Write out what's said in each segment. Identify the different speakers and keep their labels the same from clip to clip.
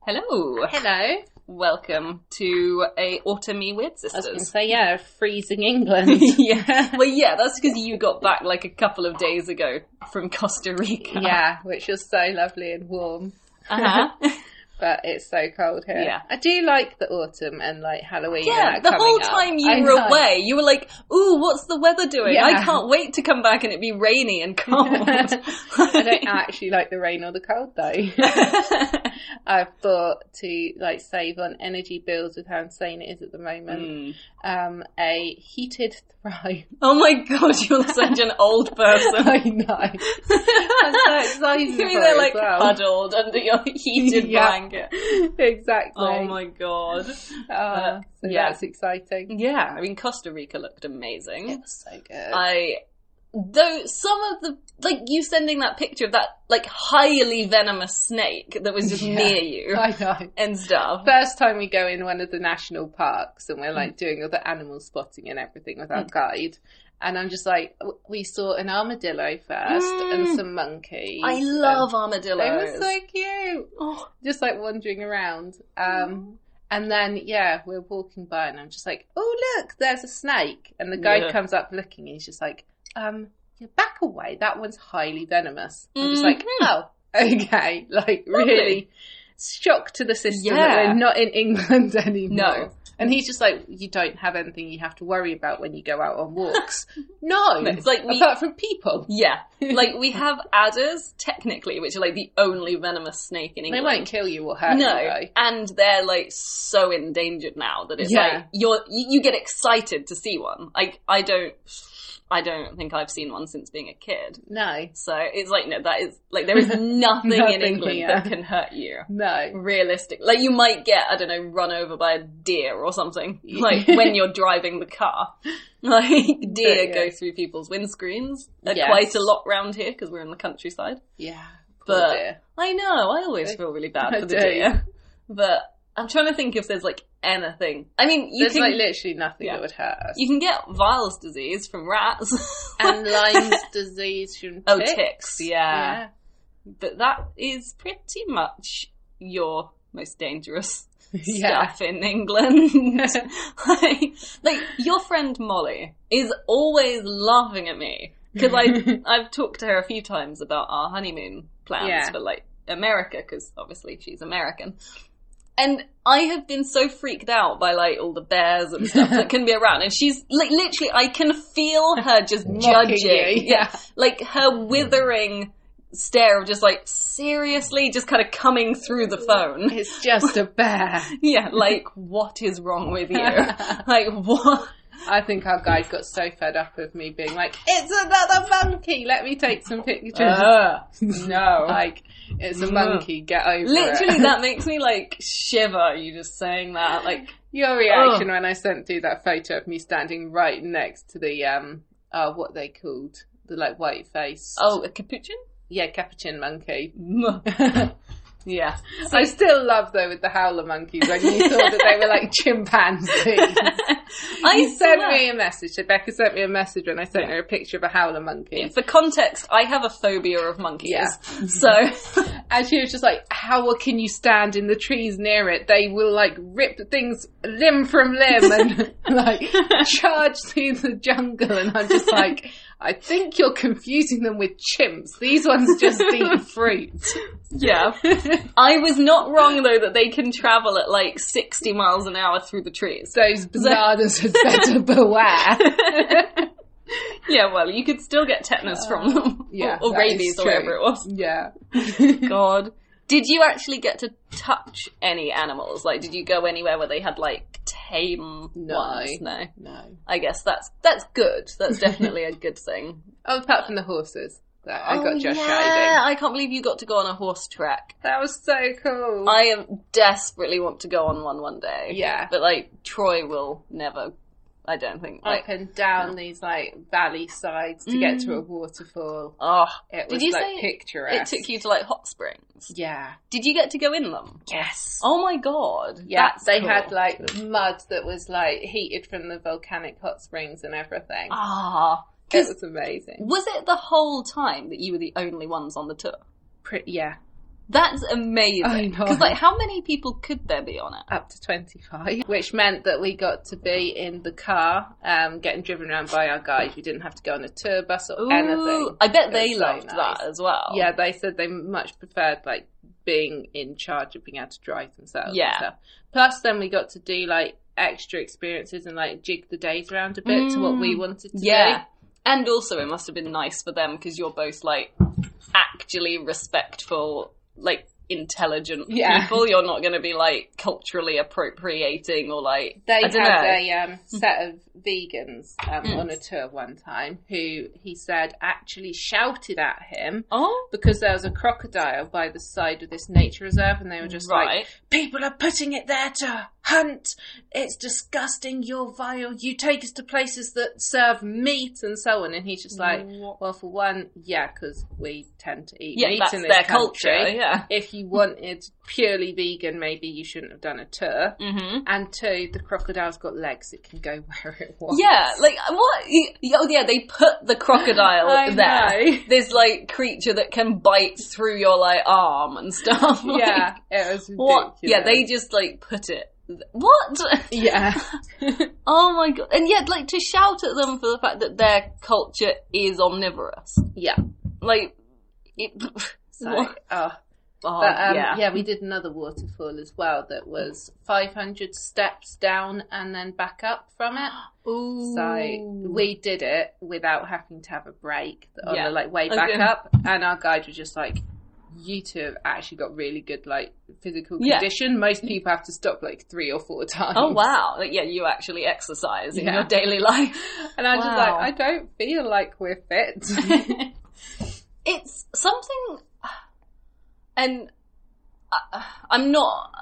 Speaker 1: Hello.
Speaker 2: Hello.
Speaker 1: Welcome to a Autumny Weird
Speaker 2: I was going to
Speaker 1: Sisters.
Speaker 2: say, yeah, freezing England. yeah.
Speaker 1: Well, yeah, that's because you got back like a couple of days ago from Costa Rica.
Speaker 2: yeah, which was so lovely and warm,
Speaker 1: Uh-huh.
Speaker 2: but it's so cold here.
Speaker 1: Yeah.
Speaker 2: I do like the autumn and like Halloween.
Speaker 1: yeah,
Speaker 2: and that
Speaker 1: the
Speaker 2: coming
Speaker 1: whole
Speaker 2: up.
Speaker 1: time you
Speaker 2: I
Speaker 1: were
Speaker 2: know.
Speaker 1: away, you were like, ooh, what's the weather doing? I
Speaker 2: Yeah.
Speaker 1: can't wait to come back and it be rainy and cold.
Speaker 2: I don't actually like the rain or the cold though. I've thought to like save on energy bills with how insane it is at the moment.
Speaker 1: Mm.
Speaker 2: Um, a heated thrive.
Speaker 1: Oh my god, you're such an old person.
Speaker 2: I know. I'm so excited.
Speaker 1: you mean
Speaker 2: for it
Speaker 1: they're
Speaker 2: as
Speaker 1: like
Speaker 2: well.
Speaker 1: huddled under your heated
Speaker 2: Yeah.
Speaker 1: blanket.
Speaker 2: exactly.
Speaker 1: Oh my god.
Speaker 2: Ah, so
Speaker 1: yeah.
Speaker 2: that's exciting.
Speaker 1: Yeah, I mean Costa Rica looked amazing.
Speaker 2: It was so good.
Speaker 1: Mm-hmm. I though some of the like you sending that picture of that like highly venomous snake that was just
Speaker 2: Yeah.
Speaker 1: near you
Speaker 2: I know.
Speaker 1: and stuff.
Speaker 2: First time we go in one of the national parks and we're
Speaker 1: Mm.
Speaker 2: like doing all the animal spotting and everything with our guide. And I'm just like, w- we saw an armadillo first
Speaker 1: Mm.
Speaker 2: and some monkeys.
Speaker 1: I love
Speaker 2: and They
Speaker 1: armadillos.
Speaker 2: were so cute.
Speaker 1: oh,
Speaker 2: Just like wandering around. Um, And then, yeah, we're walking by and I'm just like, oh, look, there's a snake. And the guide
Speaker 1: Yeah.
Speaker 2: comes up looking and he's just like, um, you back away. That one's highly venomous. I'm just like,
Speaker 1: Mhm.
Speaker 2: oh, okay. Like, really shock to the system that
Speaker 1: Yeah.
Speaker 2: we're not in England anymore.
Speaker 1: No.
Speaker 2: And he's just like, you don't have anything you have to worry about when you go out on walks. no.
Speaker 1: It's like we-
Speaker 2: apart from people.
Speaker 1: yeah. Like we have adders technically, which are like the only venomous snake in
Speaker 2: They
Speaker 1: England.
Speaker 2: won't kill you or hurt
Speaker 1: no,
Speaker 2: you. though.
Speaker 1: and they're like so endangered now that it's
Speaker 2: Yeah.
Speaker 1: like you're you, you get excited to see one. Like I don't, I don't think I've seen one since being a kid.
Speaker 2: No.
Speaker 1: So it's like no, that is like there is nothing, in
Speaker 2: Nothing
Speaker 1: England
Speaker 2: here.
Speaker 1: that can hurt you.
Speaker 2: No.
Speaker 1: Realistic, like you might get I don't know run over by a deer or something.
Speaker 2: Yeah.
Speaker 1: Like when you're driving the car, like deer
Speaker 2: yeah.
Speaker 1: go through people's windscreens uh,
Speaker 2: Yes.
Speaker 1: quite a lot round here because we're in the countryside.
Speaker 2: Yeah. Poor
Speaker 1: But
Speaker 2: dear.
Speaker 1: I know I always
Speaker 2: I-
Speaker 1: feel really bad
Speaker 2: I
Speaker 1: for the
Speaker 2: do.
Speaker 1: deer, but I'm trying to think if there's like anything. I mean, you
Speaker 2: There's
Speaker 1: can
Speaker 2: like literally nothing
Speaker 1: Yeah.
Speaker 2: that would hurt us.
Speaker 1: you can get Vile's disease from rats.
Speaker 2: and Lyme's disease from
Speaker 1: Oh,
Speaker 2: ticks.
Speaker 1: ticks, yeah. but that is pretty much your most dangerous
Speaker 2: Yeah.
Speaker 1: stuff in England. like, like your friend Molly is always laughing at me because I I've talked to her a few times about our honeymoon plans
Speaker 2: Yeah.
Speaker 1: for like America because obviously she's American. And I have been so freaked out by like all the bears and stuff that can be around, and she's like literally, I can feel her just
Speaker 2: Mocking
Speaker 1: judging,
Speaker 2: you, yeah.
Speaker 1: like her withering stare of just like seriously just kind of coming through the phone
Speaker 2: It's just a bear.
Speaker 1: yeah like what is wrong with you like what
Speaker 2: I think our guide got so fed up of me being like, it's another monkey, let me take some pictures.
Speaker 1: Oh. no
Speaker 2: like, it's a
Speaker 1: No.
Speaker 2: monkey, get over
Speaker 1: Mm. literally
Speaker 2: it.
Speaker 1: that makes me like shiver you just saying that like
Speaker 2: Your reaction when I sent through that photo of me standing right next to the, um, uh, what they called? The like white face.
Speaker 1: oh a capuchin
Speaker 2: Yeah, capuchin monkey.
Speaker 1: yeah
Speaker 2: I still love though with the howler monkeys when you thought that they were like chimpanzees.
Speaker 1: i
Speaker 2: You sent
Speaker 1: swear.
Speaker 2: me a message. So Becca sent me a message when I sent her a picture of a howler monkey.
Speaker 1: for context i have a phobia of monkeys
Speaker 2: Yeah.
Speaker 1: so
Speaker 2: And she was just like, How can you stand in the trees near it? They will like rip things limb from limb and like charge through the jungle. And I'm just like, I think you're confusing them with chimps. These ones just eat fruit.
Speaker 1: Yeah. I was not wrong though that they can travel at like 60 miles an hour through the trees.
Speaker 2: Those bananas had better beware.
Speaker 1: Yeah, well, you could still get tetanus from them.
Speaker 2: Uh, yeah,
Speaker 1: or, or
Speaker 2: that is
Speaker 1: rabies or
Speaker 2: true.
Speaker 1: whatever it was.
Speaker 2: Yeah.
Speaker 1: God. Did you actually get to touch any animals? Like, did you go anywhere where they had like tame
Speaker 2: No.
Speaker 1: ones? No.
Speaker 2: No.
Speaker 1: I guess that's that's good. That's definitely a good thing.
Speaker 2: Oh, apart from the horses. That I got
Speaker 1: Oh,
Speaker 2: just
Speaker 1: yeah.
Speaker 2: riding.
Speaker 1: I can't believe you got to go on a horse track.
Speaker 2: That was so cool.
Speaker 1: I am desperately want to go on one one day.
Speaker 2: Yeah.
Speaker 1: But like Troy will never. I don't think. Like,
Speaker 2: up and down these like valley sides to get to a waterfall.
Speaker 1: oh,
Speaker 2: It
Speaker 1: Did
Speaker 2: was
Speaker 1: you
Speaker 2: like
Speaker 1: say it
Speaker 2: picturesque.
Speaker 1: it took you to like hot springs.
Speaker 2: Yeah.
Speaker 1: Did you get to go in them?
Speaker 2: Yes.
Speaker 1: Oh my god.
Speaker 2: Yeah,
Speaker 1: that's
Speaker 2: they
Speaker 1: cool.
Speaker 2: had like mud that was like heated from the volcanic hot springs and everything.
Speaker 1: ah.
Speaker 2: it
Speaker 1: 'cause
Speaker 2: was amazing.
Speaker 1: was it the whole time that you were the only ones on the tour?
Speaker 2: Pretty, yeah,
Speaker 1: That's amazing.
Speaker 2: I know.
Speaker 1: Because like, how many people could there be on it?
Speaker 2: up to 25, which meant that we got to be in the car, um, getting driven around by our guide. We didn't have to go on a tour bus or
Speaker 1: Ooh,
Speaker 2: anything.
Speaker 1: I bet
Speaker 2: It
Speaker 1: they
Speaker 2: was so
Speaker 1: loved
Speaker 2: nice.
Speaker 1: that as well.
Speaker 2: Yeah, they said they much preferred like being in charge of being able to drive themselves.
Speaker 1: Yeah.
Speaker 2: And stuff. Plus, then we got to do like extra experiences and like jig the days around a bit to what we
Speaker 1: Mm.
Speaker 2: wanted to
Speaker 1: Yeah. And also, it must have been nice for them because you're both like actually respectful, like intelligent
Speaker 2: Yeah.
Speaker 1: people. You're not going to be like culturally appropriating or like.
Speaker 2: do. They
Speaker 1: I
Speaker 2: had
Speaker 1: don't know.
Speaker 2: a um, set of vegans um,
Speaker 1: Mm.
Speaker 2: on a tour one time who he said actually shouted at him
Speaker 1: Oh,
Speaker 2: because there was a crocodile by the side of this nature reserve and they were just like
Speaker 1: right.
Speaker 2: People are putting it there to hunt. It's disgusting. You're vile. You take us to places that serve meat and so on. And he's just like, well, for one, yeah, because we tend to eat
Speaker 1: Mm. yeah,
Speaker 2: meat
Speaker 1: that's
Speaker 2: in
Speaker 1: their
Speaker 2: this country.
Speaker 1: culture. Yeah.
Speaker 2: If you wanted purely vegan, maybe you shouldn't have done a tour.
Speaker 1: hmm
Speaker 2: And two, the crocodile's got legs; it can go where it wants.
Speaker 1: Yeah, like what? Oh, yeah, they put the crocodile
Speaker 2: I
Speaker 1: there.
Speaker 2: know.
Speaker 1: This like creature that can bite through your like arm and stuff. Like,
Speaker 2: yeah, it was ridiculous.
Speaker 1: What? Yeah, they just like put it. What?
Speaker 2: Yeah,
Speaker 1: Oh my god! And yet, like to shout at them for the fact that their culture is omnivorous,
Speaker 2: yeah.
Speaker 1: like it.
Speaker 2: So,
Speaker 1: What?
Speaker 2: oh,
Speaker 1: Oh,
Speaker 2: But um, yeah.
Speaker 1: yeah.
Speaker 2: we did another waterfall as well that was 500 steps down and then back up from it.
Speaker 1: Ooh.
Speaker 2: So we did it without having to have a break on
Speaker 1: Yeah.
Speaker 2: the like way back
Speaker 1: Okay.
Speaker 2: up, and our guide was just like, "You two have actually got really good like physical
Speaker 1: Yeah.
Speaker 2: condition. Most people have to stop like three or four times."
Speaker 1: Oh wow! Like, yeah, you actually exercise in
Speaker 2: Yeah.
Speaker 1: your daily life.
Speaker 2: And I'm just
Speaker 1: Wow.
Speaker 2: like, I don't feel like we're fit.
Speaker 1: it's something, and I, I'm not.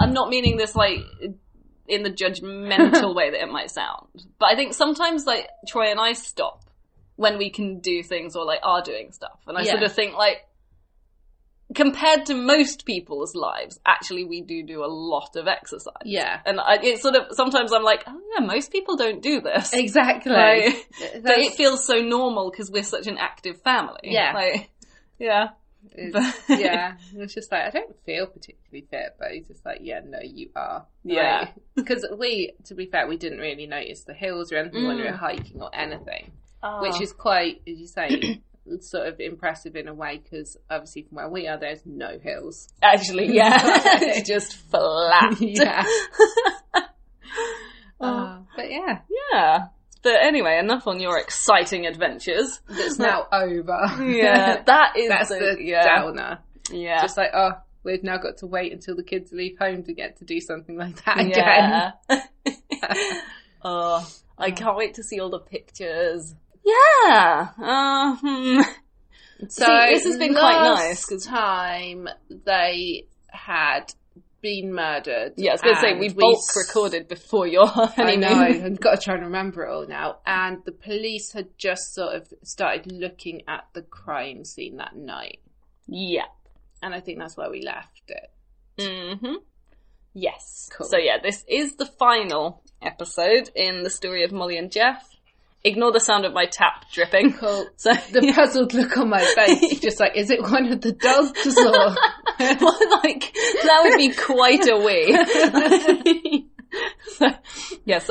Speaker 1: I'm not meaning this like in the judgmental way that it might sound, but I think sometimes like Troy and I stop when we can do things or like are doing stuff, and I
Speaker 2: Yeah.
Speaker 1: sort of think like compared to most people's lives, actually we do do a lot of exercise.
Speaker 2: yeah,
Speaker 1: And I, it's sort of sometimes I'm like, oh yeah, most people don't do this.
Speaker 2: exactly.
Speaker 1: Like, but
Speaker 2: That's-
Speaker 1: it feels so normal because we're such an active family.
Speaker 2: Yeah.
Speaker 1: Like, yeah.
Speaker 2: It's- yeah, it's just like I don't feel particularly fit, but he's just like, yeah, no, you are.
Speaker 1: Yeah.
Speaker 2: because we, to be fair, we didn't really notice the hills or anything when we were
Speaker 1: Mm. Oh.
Speaker 2: hiking or anything, which is quite, as you say, sort of impressive in a way because obviously from where we are, there's no hills.
Speaker 1: actually, yeah. it's just flat.
Speaker 2: yeah,
Speaker 1: Uh,
Speaker 2: Uh, but yeah,
Speaker 1: yeah. But anyway, enough on your exciting adventures.
Speaker 2: it's now over.
Speaker 1: Yeah. That is
Speaker 2: that's
Speaker 1: the,
Speaker 2: the
Speaker 1: yeah.
Speaker 2: downer.
Speaker 1: Yeah.
Speaker 2: Just like oh. We've now got to wait until the kids leave home to get to do something like that again.
Speaker 1: yeah. oh, I can't wait to see all the pictures. Yeah. Uh, hmm.
Speaker 2: So
Speaker 1: See, this has been quite
Speaker 2: last
Speaker 1: nice, 'cause-
Speaker 2: time they had been murdered.
Speaker 1: Yeah, I was going to say,
Speaker 2: and
Speaker 1: we bulk
Speaker 2: s-
Speaker 1: recorded before your
Speaker 2: I
Speaker 1: honeymoon.
Speaker 2: know. I've got to try and remember it all now. And the police had just sort of started looking at the crime scene that night,
Speaker 1: Yeah.
Speaker 2: and I think that's where we left it.
Speaker 1: Mm-hmm. Yes.
Speaker 2: Cool.
Speaker 1: So yeah, this is the final episode in the story of Molly and Jeff. Ignore the sound of my tap dripping.
Speaker 2: Cool.
Speaker 1: So
Speaker 2: The puzzled look on my face, just like, is it one of the dogs or?
Speaker 1: well, like that would be quite a way. yes,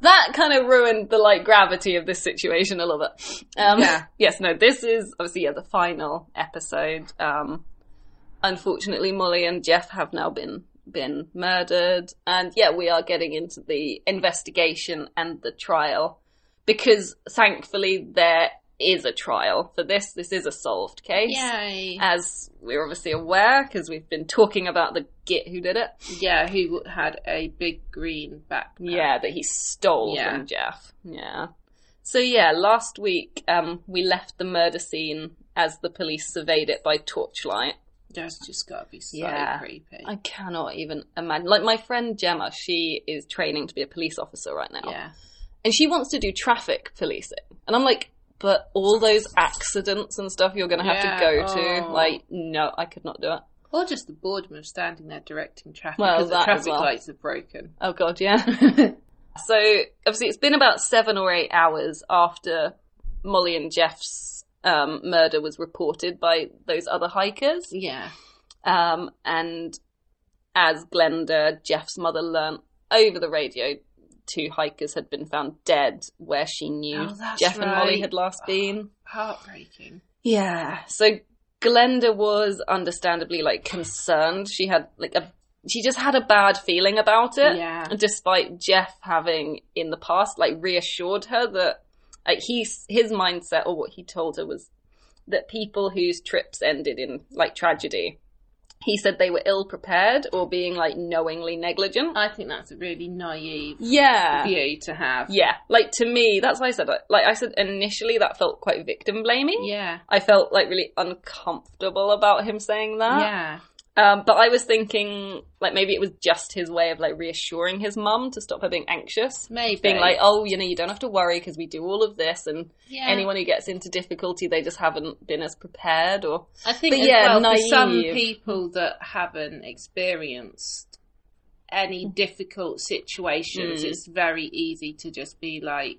Speaker 1: that kind of ruined the like gravity of this situation a little bit. Um,
Speaker 2: Yeah.
Speaker 1: Yes, no, this is obviously yeah the final episode. Um, unfortunately, Molly and Jeff have now been been murdered, and yeah, we are getting into the investigation and the trial because thankfully there is a trial for this. This is a solved case
Speaker 2: Yay!
Speaker 1: as we're obviously aware because we've been talking about the git who did it.
Speaker 2: Yeah, who had a big green backpack?
Speaker 1: Yeah, that he stole
Speaker 2: Uh, Yeah.
Speaker 1: from Jeff. Yeah. So yeah, last week um, we left the murder scene as the police surveyed it by torchlight.
Speaker 2: that's just got to be so
Speaker 1: Yeah.
Speaker 2: creepy.
Speaker 1: I cannot even imagine. Like my friend Gemma, she is training to be a police officer right now,
Speaker 2: yeah.
Speaker 1: and she wants to do traffic policing. And I'm like, but all those accidents and stuff you're going to have
Speaker 2: Yeah,
Speaker 1: to go to,
Speaker 2: oh.
Speaker 1: like, no, I could not do it.
Speaker 2: Or just the boredom of standing there directing traffic
Speaker 1: Well,
Speaker 2: because
Speaker 1: that
Speaker 2: the
Speaker 1: as
Speaker 2: traffic
Speaker 1: well.
Speaker 2: lights are broken.
Speaker 1: Oh god, yeah. So obviously, it's been about seven or eight hours after Molly and Jeff's um, murder was reported by those other hikers,
Speaker 2: yeah.
Speaker 1: Um, and as Glenda, Jeff's mother, learnt over the radio, two hikers had been found dead where she knew
Speaker 2: Oh, that's
Speaker 1: Jeff and Molly
Speaker 2: right.
Speaker 1: had last been.
Speaker 2: Heartbreaking.
Speaker 1: Yeah. So Glenda was understandably like concerned. She had like a she just had a bad feeling about it.
Speaker 2: Yeah.
Speaker 1: And despite Jeff having in the past like reassured her that like he his mindset or what he told her was that people whose trips ended in like tragedy. He said they were ill prepared or being like knowingly negligent.
Speaker 2: I think that's a really naive
Speaker 1: yeah.
Speaker 2: view to have.
Speaker 1: Yeah, like to me, that's why I said like I said initially that felt quite victim blaming.
Speaker 2: Yeah.
Speaker 1: I felt like really uncomfortable about him saying that.
Speaker 2: Yeah.
Speaker 1: Um, but I was thinking like maybe it was just his way of like reassuring his mum to stop her being anxious,
Speaker 2: Maybe.
Speaker 1: being like, oh, you know, you don't have to worry because we do all of this, and
Speaker 2: yeah.
Speaker 1: anyone who gets into difficulty, they just haven't been as prepared or
Speaker 2: I think
Speaker 1: But
Speaker 2: as
Speaker 1: yeah,
Speaker 2: well, for some
Speaker 1: naive.
Speaker 2: people that haven't experienced any difficult situations,
Speaker 1: Mm.
Speaker 2: it's very easy to just be like,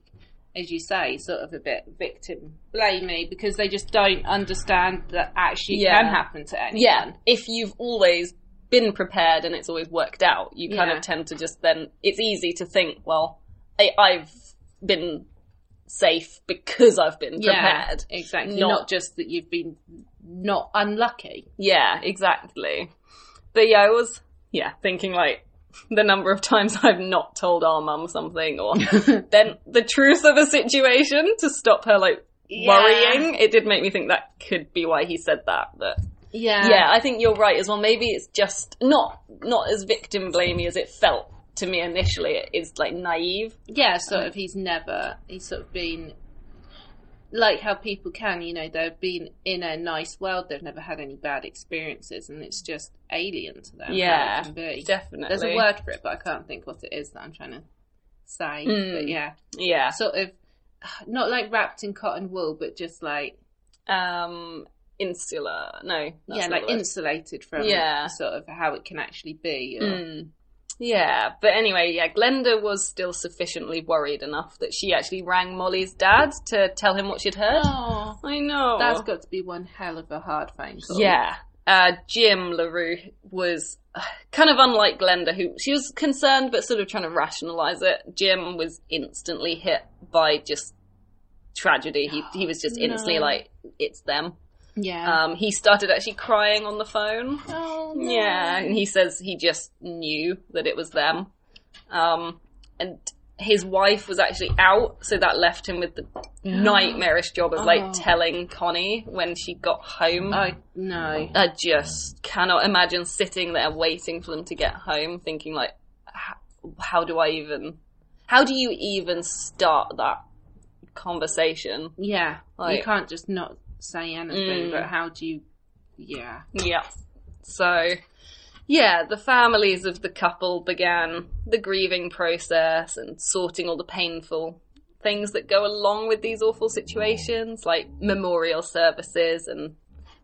Speaker 2: as you say, sort of a bit victim blamey because they just don't understand that actually it
Speaker 1: Yeah.
Speaker 2: can happen to anyone.
Speaker 1: yeah. If you've always been prepared and it's always worked out, you kind
Speaker 2: Yeah.
Speaker 1: of tend to just then it's easy to think, well, I, I've been safe because I've been prepared.
Speaker 2: Yeah, exactly.
Speaker 1: Not-
Speaker 2: Not, just that you've been not unlucky.
Speaker 1: Yeah, exactly. But yeah, I was yeah thinking like the number of times I've not told our mum something or then the truth of a situation to stop her like worrying. It did make me think that could be why he said that. But
Speaker 2: Yeah.
Speaker 1: yeah, I think you're right as well. Maybe it's just not not as victim blamey as it felt to me initially. It is like naive.
Speaker 2: Yeah, sort of. He's never. He's sort of been like how people can. You know, they've been in a nice world. They've never had any bad experiences, and it's just alien to them. how it
Speaker 1: Yeah,
Speaker 2: can be.
Speaker 1: definitely.
Speaker 2: There's a word for it, but I can't think what it is that I'm trying to say.
Speaker 1: Mm.
Speaker 2: But yeah,
Speaker 1: Yeah.
Speaker 2: sort of not like wrapped in cotton wool, but just like
Speaker 1: Um, insular. No. that's
Speaker 2: yeah,
Speaker 1: not
Speaker 2: like
Speaker 1: the word.
Speaker 2: insulated from
Speaker 1: Yeah.
Speaker 2: sort of how it can actually be. Or,
Speaker 1: Mm. Yeah, but anyway, yeah, Glenda was still sufficiently worried enough that she actually rang Molly's dad to tell him what she'd heard.
Speaker 2: Oh,
Speaker 1: I know.
Speaker 2: that's got to be one hell of a hard phone call.
Speaker 1: Yeah. Uh, Jim LaRue was uh, kind of unlike Glenda, who she was concerned but sort of trying to rationalize it. Jim was instantly hit by just tragedy. He he was just instantly
Speaker 2: No.
Speaker 1: like, it's them.
Speaker 2: yeah.
Speaker 1: Um, he started actually crying on the phone.
Speaker 2: oh, no.
Speaker 1: Yeah, and he says he just knew that it was them. Um, and his wife was actually out, so that left him with the nightmarish job of like
Speaker 2: Oh.
Speaker 1: telling Connie when she got home.
Speaker 2: I no.
Speaker 1: I just cannot imagine sitting there waiting for them to get home, thinking like, how, how do I even, how do you even start that conversation?
Speaker 2: Yeah,
Speaker 1: Like-
Speaker 2: you can't just not say anything.
Speaker 1: Mm.
Speaker 2: But how do you? Yeah,
Speaker 1: Yeah. So, yeah, the families of the couple began the grieving process and sorting all the painful things that go along with these awful situations, like memorial services and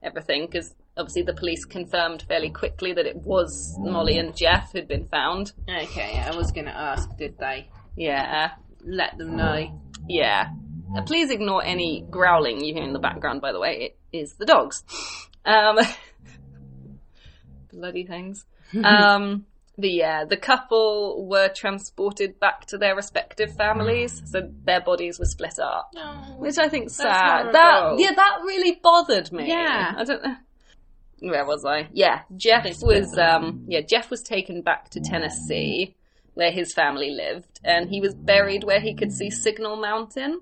Speaker 1: everything, because obviously the police confirmed fairly quickly that it was Molly and Jeff who'd been found.
Speaker 2: okay. I was going to ask, did they
Speaker 1: Yeah.
Speaker 2: let them know?
Speaker 1: Yeah. Uh, Please ignore any growling you hear in the background, by the way. It is the dogs. Um, bloody things. Um, but yeah, the couple were transported back to their respective families, so their bodies were split up.
Speaker 2: No.
Speaker 1: Which I think's
Speaker 2: That's
Speaker 1: sad. That
Speaker 2: horrible.
Speaker 1: yeah, that really bothered me.
Speaker 2: Yeah.
Speaker 1: I don't know. Where was I? Yeah, Jeff was um yeah, Jeff was taken back to Tennessee where his family lived and he was buried where he could see Signal Mountain,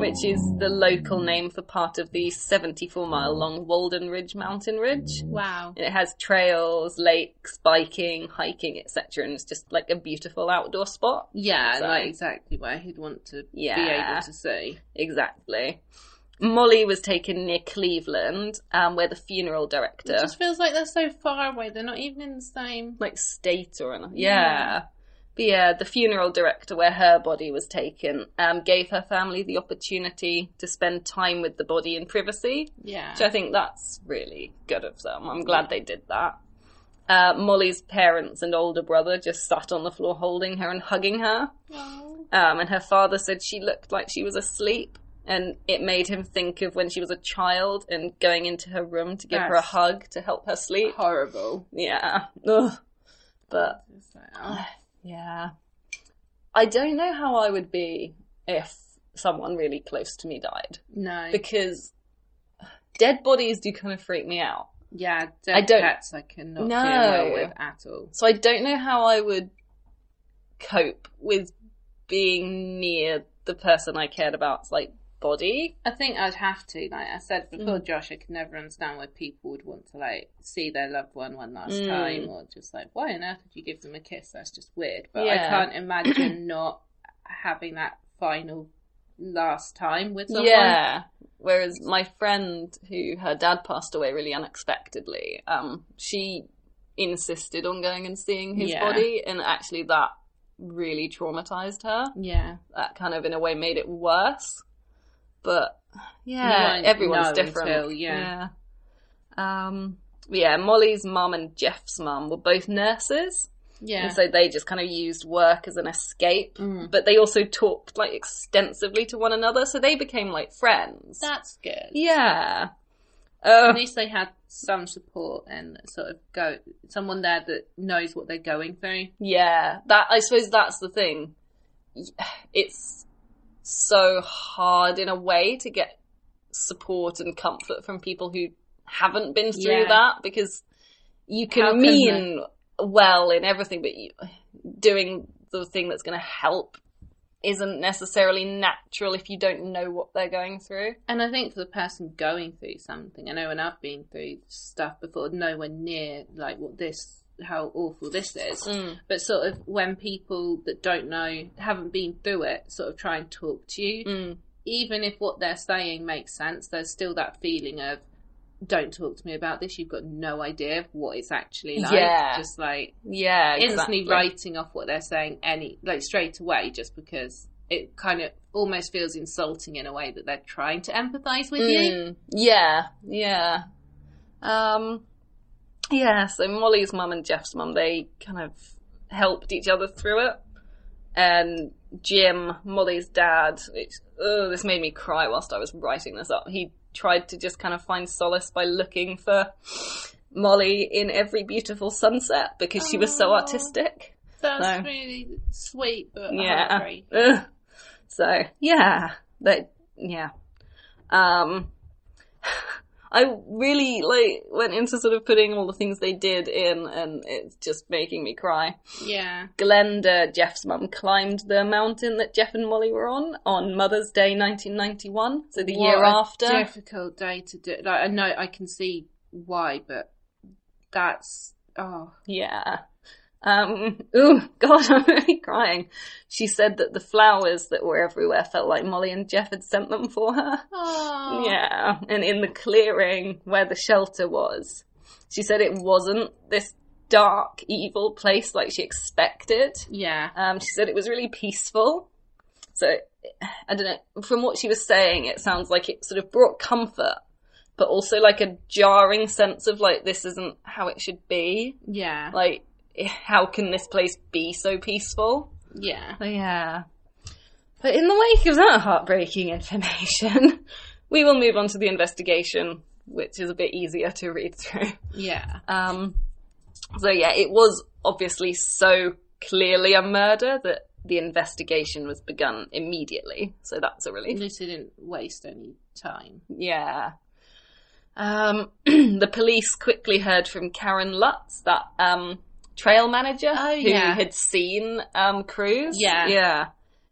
Speaker 1: which is the local name for part of the 74 mile long Walden Ridge mountain ridge.
Speaker 2: wow.
Speaker 1: And it has trails, lakes, biking, hiking, etc. and it's just like a beautiful outdoor spot.
Speaker 2: Yeah,
Speaker 1: So-
Speaker 2: like exactly where he'd want to be
Speaker 1: Yeah.
Speaker 2: able to see.
Speaker 1: Exactly. Molly was taken near Cleveland, um, where the funeral
Speaker 2: It
Speaker 1: director,
Speaker 2: just feels like they're so far away. They're not even in the same.
Speaker 1: like state or anything. Yeah.
Speaker 2: Yeah.
Speaker 1: But yeah, the funeral director where her body was taken um, gave her family the opportunity to spend time with the body in privacy,
Speaker 2: Yeah.
Speaker 1: which I think that's really good of them. I'm glad they did that. Uh, Molly's parents and older brother just sat on the floor holding her and hugging her.
Speaker 2: Oh.
Speaker 1: Um, and her father said she looked like she was asleep. and it made him think of when she was a child and going into her room to give her a
Speaker 2: That's-
Speaker 1: hug to help her sleep.
Speaker 2: Horrible.
Speaker 1: Yeah. Ugh. But
Speaker 2: It's like, oh.
Speaker 1: yeah. I don't know how I would be if someone really close to me died
Speaker 2: No.
Speaker 1: because dead bodies do kind of freak me out.
Speaker 2: yeah, dead
Speaker 1: I don't-
Speaker 2: cats I cannot
Speaker 1: No.
Speaker 2: deal well with at all.
Speaker 1: So I don't know how I would cope with being near the person I cared about's like body.
Speaker 2: I think I'd have to, like I said before,
Speaker 1: Mm.
Speaker 2: Josh, I could never understand why people would want to like see their loved one one last
Speaker 1: Mm.
Speaker 2: time, or just like, why on earth would you give them a kiss? That's just weird. But I
Speaker 1: Yeah.
Speaker 2: can't imagine not having that final last time with someone.
Speaker 1: Yeah. Whereas my friend, who her dad passed away really unexpectedly, um, she insisted on going and seeing his
Speaker 2: Yeah.
Speaker 1: body, and actually that really traumatized her.
Speaker 2: yeah.
Speaker 1: That kind of, in a way, made it worse. But
Speaker 2: You
Speaker 1: yeah,
Speaker 2: won't
Speaker 1: everyone's
Speaker 2: know
Speaker 1: different.
Speaker 2: until- yeah.
Speaker 1: Yeah. Um. Yeah, Molly's mum and Jeff's mum were both nurses,
Speaker 2: Yeah.
Speaker 1: and so they just kind of used work as an escape.
Speaker 2: Mm.
Speaker 1: But they also talked like extensively to one another, so they became like friends.
Speaker 2: That's good.
Speaker 1: Yeah.
Speaker 2: At
Speaker 1: Uh,
Speaker 2: least they had some support and sort of go someone there that knows what they're going through.
Speaker 1: yeah. That I suppose that's the thing. It's so hard in a way to get support and comfort from people who haven't been through
Speaker 2: Yeah.
Speaker 1: that because you can,
Speaker 2: How can
Speaker 1: mean well in everything, but you, doing the thing that's going to help isn't necessarily natural if you don't know what they're going through.
Speaker 2: And I think for the person going through something, I know when I've been through stuff before, nowhere near like what this, how awful this is.
Speaker 1: Mm.
Speaker 2: But sort of when people that don't know, haven't been through it, sort of try and talk to you,
Speaker 1: Mm.
Speaker 2: even if what they're saying makes sense, there's still that feeling of, don't talk to me about this. You've got no idea what it's actually like.
Speaker 1: Yeah.
Speaker 2: Just like
Speaker 1: Yeah, exactly.
Speaker 2: instantly writing off what they're saying any like straight away just because it kind of almost feels insulting in a way that they're trying to empathize with you.
Speaker 1: Mm, yeah, yeah. Um, yeah, so Molly's mum and Jeff's mum, they kind of helped each other through it. And Jim, Molly's dad, which, oh, this made me cry whilst I was writing this up. He tried to just kind of find solace by looking for Molly in every beautiful sunset because she was so
Speaker 2: Aw.
Speaker 1: artistic.
Speaker 2: That's
Speaker 1: No.
Speaker 2: really sweet, but
Speaker 1: Yeah.
Speaker 2: yeah.
Speaker 1: Ugh. So yeah, that yeah. Um, I really like went into sort of putting all the things they did in, and it's just making me cry.
Speaker 2: Yeah.
Speaker 1: Glenda, Jeff's mum, climbed the mountain that Jeff and Molly were on on Mother's Day, 1991. So the
Speaker 2: What
Speaker 1: year
Speaker 2: a
Speaker 1: after.
Speaker 2: difficult day to do. Like I know I can see why, but that's oh
Speaker 1: Yeah. Um, oh God, I'm really crying. She said that the flowers that were everywhere felt like Molly and Jeff had sent them for her.
Speaker 2: Oh.
Speaker 1: Yeah, and in the clearing where the shelter was, she said it wasn't this dark, evil place like she expected.
Speaker 2: yeah,
Speaker 1: Um, she said it was really peaceful. So, I don't know, from what she was saying, it sounds like it sort of brought comfort, but also like a jarring sense of like, this isn't how it should be.
Speaker 2: yeah,
Speaker 1: Like, how can this place be so peaceful?
Speaker 2: yeah.
Speaker 1: But yeah. But in the wake of that heartbreaking information, we will move on to the investigation, which is a bit easier to read through.
Speaker 2: yeah.
Speaker 1: Um, so yeah, it was obviously so clearly a murder that the investigation was begun immediately. So that's a
Speaker 2: At
Speaker 1: relief.
Speaker 2: least they didn't waste any time.
Speaker 1: Yeah. Um, the police quickly heard from Karen Lutz, that um, trail manager
Speaker 2: Oh,
Speaker 1: who
Speaker 2: yeah.
Speaker 1: had seen um, Cruz.
Speaker 2: Yeah.
Speaker 1: Yeah.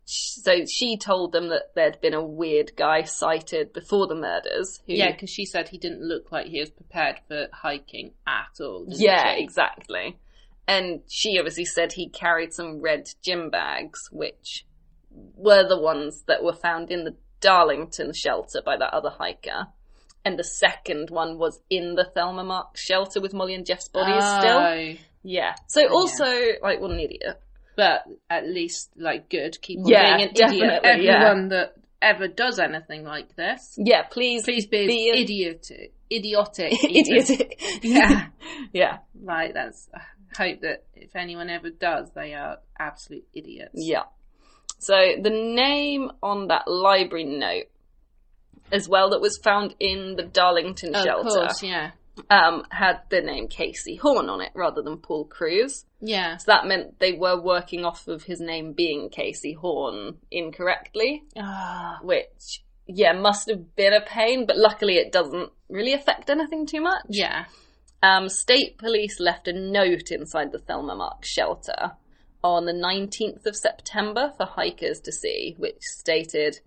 Speaker 1: Sh- So she told them that there'd been a weird guy sighted before the murders. Who,
Speaker 2: Yeah, because she said he didn't look like he was prepared for hiking at all. didn't
Speaker 1: Yeah,
Speaker 2: she?
Speaker 1: exactly. And she obviously said he carried some red gym bags, which were the ones that were found in the Darlington shelter by that other hiker. And the second one was in the Thelma Marks shelter with Molly and Jeff's bodies still.
Speaker 2: Oh.
Speaker 1: Yeah. So also, like, what an idiot.
Speaker 2: but at least like good. Keep on
Speaker 1: Yeah,
Speaker 2: being an idiot.
Speaker 1: definitely, yeah.
Speaker 2: Everyone that ever does anything like this,
Speaker 1: Yeah, please.
Speaker 2: please be,
Speaker 1: Be an-
Speaker 2: idiotic, idiotic, even.
Speaker 1: Idiotic.
Speaker 2: yeah,
Speaker 1: yeah.
Speaker 2: like that's. I hope that if anyone ever does, they are absolute idiots.
Speaker 1: Yeah. So the name on that library note as well that was found in the Darlington
Speaker 2: Of
Speaker 1: shelter
Speaker 2: course, yeah.
Speaker 1: um, had the name Casey Horn on it rather than Paul Cruz.
Speaker 2: Yeah.
Speaker 1: So that meant they were working off of his name being Casey Horn incorrectly,
Speaker 2: Ah,
Speaker 1: which, yeah, must have been a pain, but luckily it doesn't really affect anything too much.
Speaker 2: yeah.
Speaker 1: Um, state police left a note inside the Thelma Marks shelter on the 19th of September for hikers to see, which stated,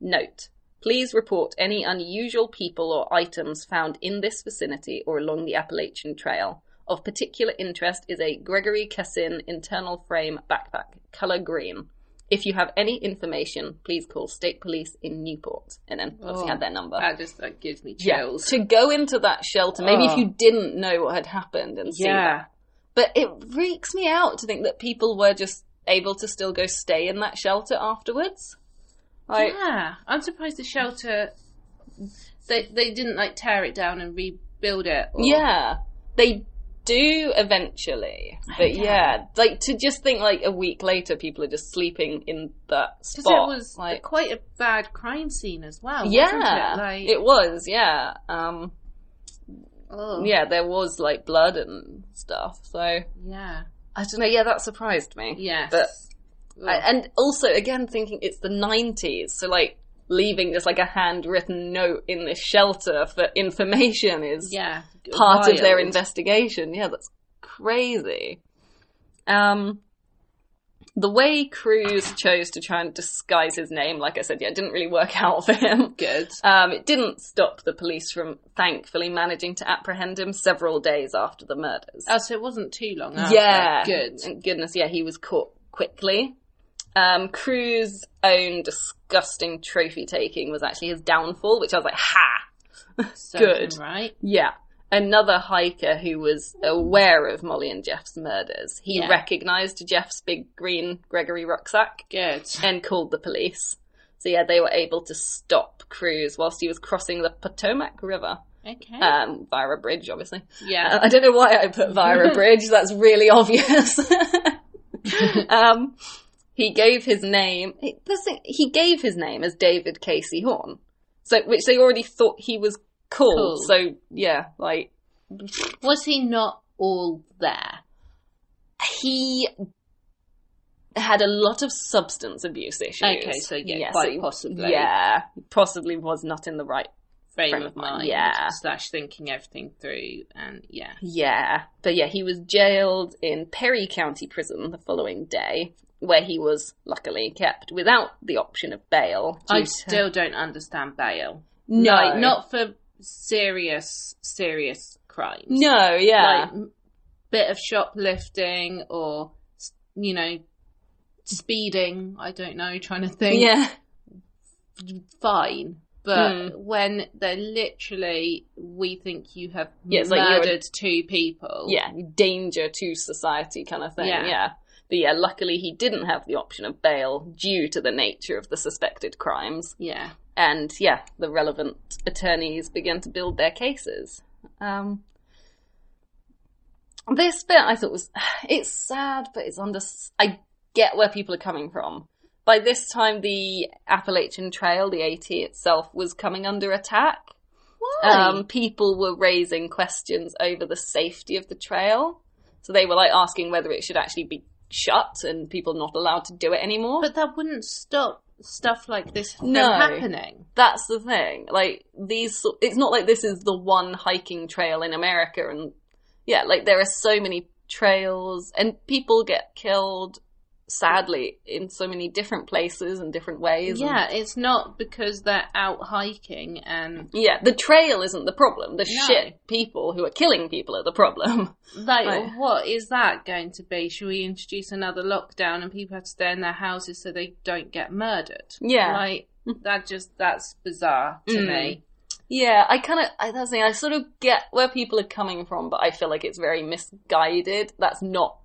Speaker 1: Note, please report any unusual people or items found in this vicinity or along the Appalachian Trail. Of particular interest is a Gregory Kessin internal frame backpack, color green. If you have any information, please call state police in Newport. And then obviously
Speaker 2: Oh.
Speaker 1: had their number.
Speaker 2: That just like gives me
Speaker 1: Yeah,
Speaker 2: chills.
Speaker 1: to go into that shelter, maybe if
Speaker 2: Oh.
Speaker 1: you didn't know what had happened and see that. But it freaks me out to think that people were just able to still go stay in that shelter afterwards. Like,
Speaker 2: yeah, I'm surprised the shelter they they didn't like tear it down and rebuild it. Or,
Speaker 1: yeah, they do eventually. But
Speaker 2: Yeah.
Speaker 1: yeah. like to just think like a week later, people are just sleeping in that
Speaker 2: because
Speaker 1: spot.
Speaker 2: it was
Speaker 1: like,
Speaker 2: quite a bad crime scene as well. wasn't
Speaker 1: yeah,
Speaker 2: it? like
Speaker 1: it was. Yeah, um,
Speaker 2: ugh.
Speaker 1: yeah, there was like blood and stuff. So Oh. I
Speaker 2: yeah,
Speaker 1: don't know. Yeah, that surprised me.
Speaker 2: yes.
Speaker 1: But
Speaker 2: Ugh.
Speaker 1: I- and also again thinking it's the 90s so like leaving just like a handwritten note in this shelter for information is
Speaker 2: yeah,
Speaker 1: part of their
Speaker 2: wild.
Speaker 1: investigation yeah that's crazy um the way cruz chose to try and disguise his name like i said yeah it didn't really work out for him
Speaker 2: Good.
Speaker 1: um, it didn't stop the police from thankfully managing to apprehend him several days after the murders
Speaker 2: Oh, so it wasn't too long. After.
Speaker 1: yeah.
Speaker 2: Ah, good.
Speaker 1: Thank goodness, yeah, he was caught quickly. Um, Cruz's own disgusting trophy taking was actually his downfall, which I was like, ha!
Speaker 2: So
Speaker 1: good.
Speaker 2: right?
Speaker 1: Yeah. Another hiker who was aware of Molly and Jeff's murders, he
Speaker 2: Yeah.
Speaker 1: recognized Jeff's big green Gregory rucksack
Speaker 2: Good.
Speaker 1: and called the police. So yeah, they were able to stop Cruz whilst he was crossing the Potomac River,
Speaker 2: Okay.
Speaker 1: um, via a bridge, obviously.
Speaker 2: yeah.
Speaker 1: Uh, I don't know why I put Vira Bridge. That's really obvious. um, he gave his name. he- The thing, he gave his name as David Casey Horn, so which they already thought he was cool.
Speaker 2: Cool.
Speaker 1: So yeah, like
Speaker 2: was he not all there?
Speaker 1: he had a lot of substance abuse issues.
Speaker 2: Okay, so yeah, quite possibly.
Speaker 1: yeah, possibly was not in the right
Speaker 2: Frame,
Speaker 1: Frame
Speaker 2: of,
Speaker 1: of mind,
Speaker 2: mind.
Speaker 1: yeah.
Speaker 2: Slash thinking everything through and yeah.
Speaker 1: Yeah, but yeah, he was jailed in Perry County Prison the following day, where he was luckily kept without the option of bail.
Speaker 2: I
Speaker 1: due to-
Speaker 2: still don't understand bail.
Speaker 1: no,
Speaker 2: Like, not for serious, serious crimes.
Speaker 1: no, yeah,
Speaker 2: Like, m- bit of shoplifting or, s- you know, speeding. I don't know, trying to think.
Speaker 1: yeah,
Speaker 2: Fine. But
Speaker 1: Mm.
Speaker 2: when they're literally, we think you have
Speaker 1: Yeah, it's like you're-
Speaker 2: murdered two people.
Speaker 1: yeah, danger to society kind of thing.
Speaker 2: Yeah.
Speaker 1: Yeah. but yeah, luckily he didn't have the option of bail due to the nature of the suspected crimes,
Speaker 2: Yeah.
Speaker 1: and yeah, the relevant attorneys began to build their cases. Um, this bit I thought was it's sad, but it's under. I get where people are coming from. By this time, the Appalachian Trail, the AT itself, was coming under attack.
Speaker 2: Why?
Speaker 1: Um, people were raising questions over the safety of the trail, so they were like asking whether it should actually be shut and people not allowed to do it anymore.
Speaker 2: But that wouldn't stop stuff like this from
Speaker 1: No.
Speaker 2: happening.
Speaker 1: that's the thing. Like these, so- it's not like this is the one hiking trail in America, and yeah, like there are so many trails, and people get killed sadly in so many different places and different ways. and-
Speaker 2: Yeah, it's not because they're out hiking and
Speaker 1: yeah. The trail isn't the problem. The
Speaker 2: No.
Speaker 1: shit people who are killing people are the problem.
Speaker 2: like
Speaker 1: Right.
Speaker 2: what is that going to be? Should we introduce another lockdown and people have to stay in their houses so they don't get murdered?
Speaker 1: Yeah. Hmm.
Speaker 2: Like that just that's bizarre to
Speaker 1: Mm.
Speaker 2: me.
Speaker 1: Yeah, I kind of I that's the thing. I sort of get where people are coming from, but I feel like it's very misguided. That's not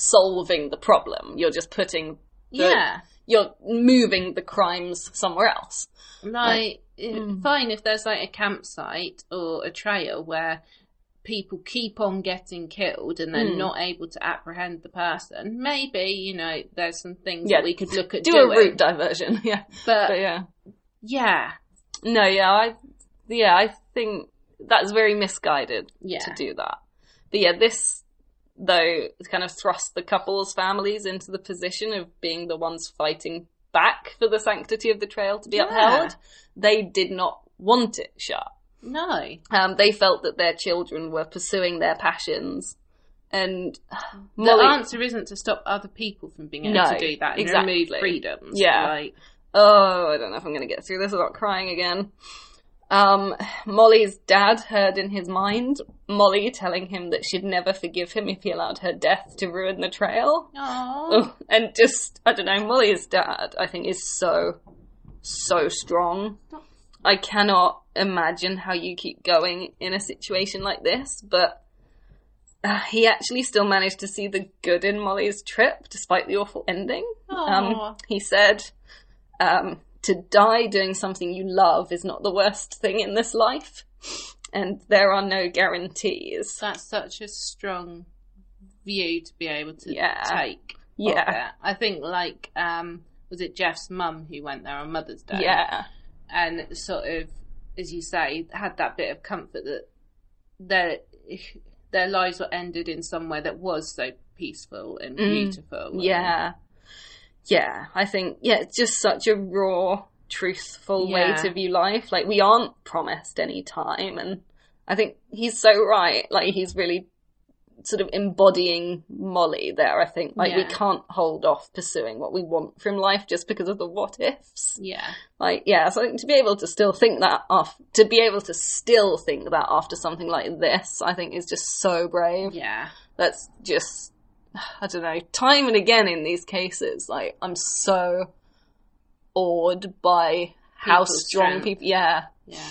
Speaker 1: solving the problem. You're just putting The-
Speaker 2: yeah.
Speaker 1: you're moving the crimes somewhere else.
Speaker 2: Like it-
Speaker 1: Mm.
Speaker 2: fine if there's like a campsite or a trail where people keep on getting killed and they're
Speaker 1: Mm.
Speaker 2: not able to apprehend the person. Maybe, you know, there's some things
Speaker 1: Yeah,
Speaker 2: that we could look at
Speaker 1: Do
Speaker 2: doing.
Speaker 1: a route diversion. Yeah.
Speaker 2: But
Speaker 1: But yeah.
Speaker 2: Yeah.
Speaker 1: No, yeah, I, yeah, I think that's very misguided
Speaker 2: Yeah.
Speaker 1: to do that. But yeah, this though kind of thrust the couple's families into the position of being the ones fighting back for the sanctity of the trail to be
Speaker 2: Yeah.
Speaker 1: upheld. They did not want it shut.
Speaker 2: No.
Speaker 1: Um, they felt that their children were pursuing their passions, and
Speaker 2: The
Speaker 1: Molly-
Speaker 2: answer isn't to stop other people from being able
Speaker 1: No,
Speaker 2: to do that and
Speaker 1: exactly.
Speaker 2: remove freedoms.
Speaker 1: Yeah.
Speaker 2: Like,
Speaker 1: Oh, I don't know if I'm going to get through this without crying again. Um, Molly's dad heard in his mind Molly telling him that she'd never forgive him if he allowed her death to ruin the trail.
Speaker 2: oh,
Speaker 1: Ugh, and just, I don't know, Molly's dad, I think, is so, so strong. I cannot imagine how you keep going in a situation like this, but uh, he actually still managed to see the good in Molly's trip despite the awful ending. Um, he said, um, to die doing something you love is not the worst thing in this life, and there are no guarantees.
Speaker 2: that's such a strong view to be able to
Speaker 1: Yeah.
Speaker 2: take. of
Speaker 1: Yeah.
Speaker 2: it. I think like um, was it Jeff's mum who went there on Mother's Day?
Speaker 1: Yeah.
Speaker 2: and sort of, as you say, had that bit of comfort that their their lives were ended in somewhere that was so peaceful and
Speaker 1: Mm.
Speaker 2: beautiful. and-
Speaker 1: Yeah. Yeah. I think, yeah, it's just such a raw, truthful way
Speaker 2: Yeah.
Speaker 1: to view life. Like, we aren't promised any time. And I think he's so right. Like, he's really sort of embodying Molly there, I think. Like, we
Speaker 2: Yeah.
Speaker 1: can't hold off pursuing what we want from life just because of the what ifs.
Speaker 2: yeah,
Speaker 1: Like, yeah, so I think to be able to still think that off, to be able to still think that after something like this, I think is just so brave
Speaker 2: yeah.
Speaker 1: that's just I don't know, time and again in these cases, like I'm so awed by how
Speaker 2: People's
Speaker 1: strong
Speaker 2: strength.
Speaker 1: people yeah.
Speaker 2: yeah.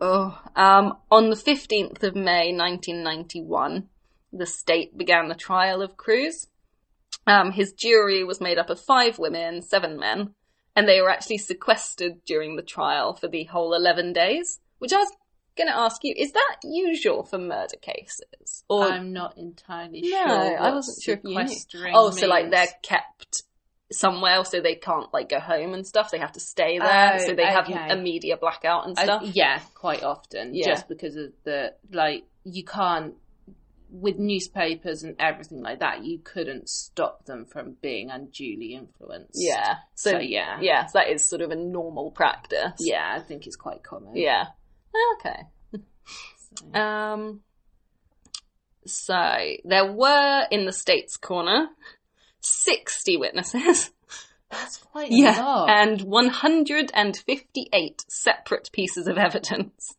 Speaker 1: Oh. Um on the fifteenth of May nineteen ninety one, the state began the trial of Cruz. Um his jury was made up of five women, seven men, and they were actually sequestered during the trial for the whole eleven days. Which I was gonna ask you, is that usual for murder cases? Or
Speaker 2: I'm not entirely
Speaker 1: No,
Speaker 2: sure.
Speaker 1: I
Speaker 2: what
Speaker 1: wasn't sure if you knew.
Speaker 2: sequestering
Speaker 1: Oh, so like
Speaker 2: means.
Speaker 1: they're kept somewhere, so they can't like go home and stuff. They have to stay there,
Speaker 2: Oh,
Speaker 1: so they have
Speaker 2: okay.
Speaker 1: a media blackout and
Speaker 2: I-
Speaker 1: stuff.
Speaker 2: yeah, quite often.
Speaker 1: Yeah.
Speaker 2: Just because of the like, you can't with newspapers and everything like that. You couldn't stop them from being unduly influenced.
Speaker 1: yeah. So,
Speaker 2: So, yeah.
Speaker 1: yeah, so that is sort of a normal practice.
Speaker 2: Yeah, I think it's quite common.
Speaker 1: Yeah. Oh, Okay. Um, so there were in the state's corner sixty witnesses.
Speaker 2: That's quite
Speaker 1: yeah, Uh,
Speaker 2: a lot.
Speaker 1: and one hundred and fifty-eight separate pieces of evidence.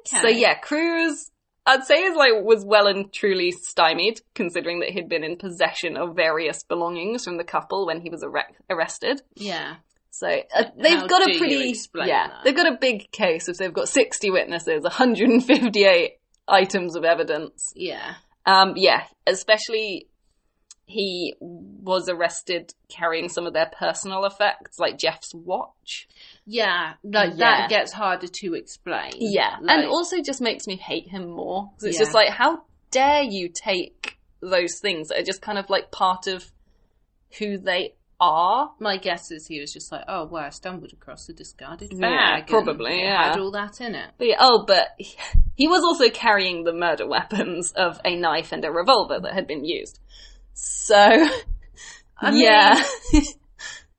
Speaker 2: okay.
Speaker 1: So yeah, Cruz, I'd say is like was well and truly stymied, considering that he'd been in possession of various belongings from the couple when he was arre- arrested.
Speaker 2: yeah,
Speaker 1: So uh, they've
Speaker 2: How
Speaker 1: got
Speaker 2: do
Speaker 1: a
Speaker 2: you
Speaker 1: pretty
Speaker 2: explain
Speaker 1: yeah,
Speaker 2: that?
Speaker 1: they've got a big case if they've got sixty witnesses, one hundred and fifty-eight items of evidence.
Speaker 2: yeah,
Speaker 1: Um, yeah, especially he was arrested carrying some of their personal effects, like Jeff's watch.
Speaker 2: yeah. Like
Speaker 1: Yeah.
Speaker 2: that gets harder to explain.
Speaker 1: Yeah,
Speaker 2: Like,
Speaker 1: and also just makes me hate him more. 'Cause it's
Speaker 2: Yeah.
Speaker 1: just like, how dare you take those things that are just kind of like part of who they are?
Speaker 2: my guess is he was just like, oh, well, I stumbled across a discarded bag.
Speaker 1: Yeah,
Speaker 2: and
Speaker 1: probably,
Speaker 2: It
Speaker 1: yeah.
Speaker 2: had all that in it.
Speaker 1: But yeah, oh, but he was also carrying the murder weapons of a knife and a revolver that had been used. So,
Speaker 2: I
Speaker 1: yeah.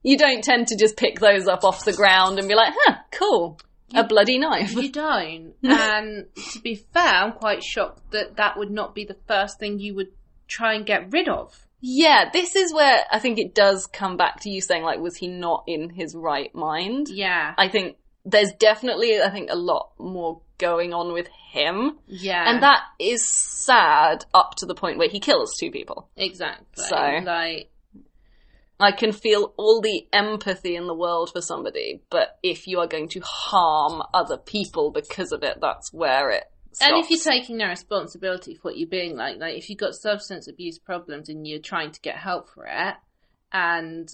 Speaker 1: you don't tend to just pick those up off the ground and be like, huh, cool, a bloody knife.
Speaker 2: You don't. and to be fair, I'm quite shocked that that would not be the first thing you would try and get rid of.
Speaker 1: Yeah, this is where I think it does come back to you saying, like, was he not in his right mind?
Speaker 2: Yeah.
Speaker 1: I think there's definitely, I think, a lot more going on with him.
Speaker 2: Yeah.
Speaker 1: And that is sad up to the point where he kills two people.
Speaker 2: Exactly.
Speaker 1: So-
Speaker 2: Like,
Speaker 1: I can feel all the empathy in the world for somebody, but if you are going to harm other people because of it, that's where it stops.
Speaker 2: And if you're taking no responsibility for what you're being like, like if you've got substance abuse problems and you're trying to get help for it and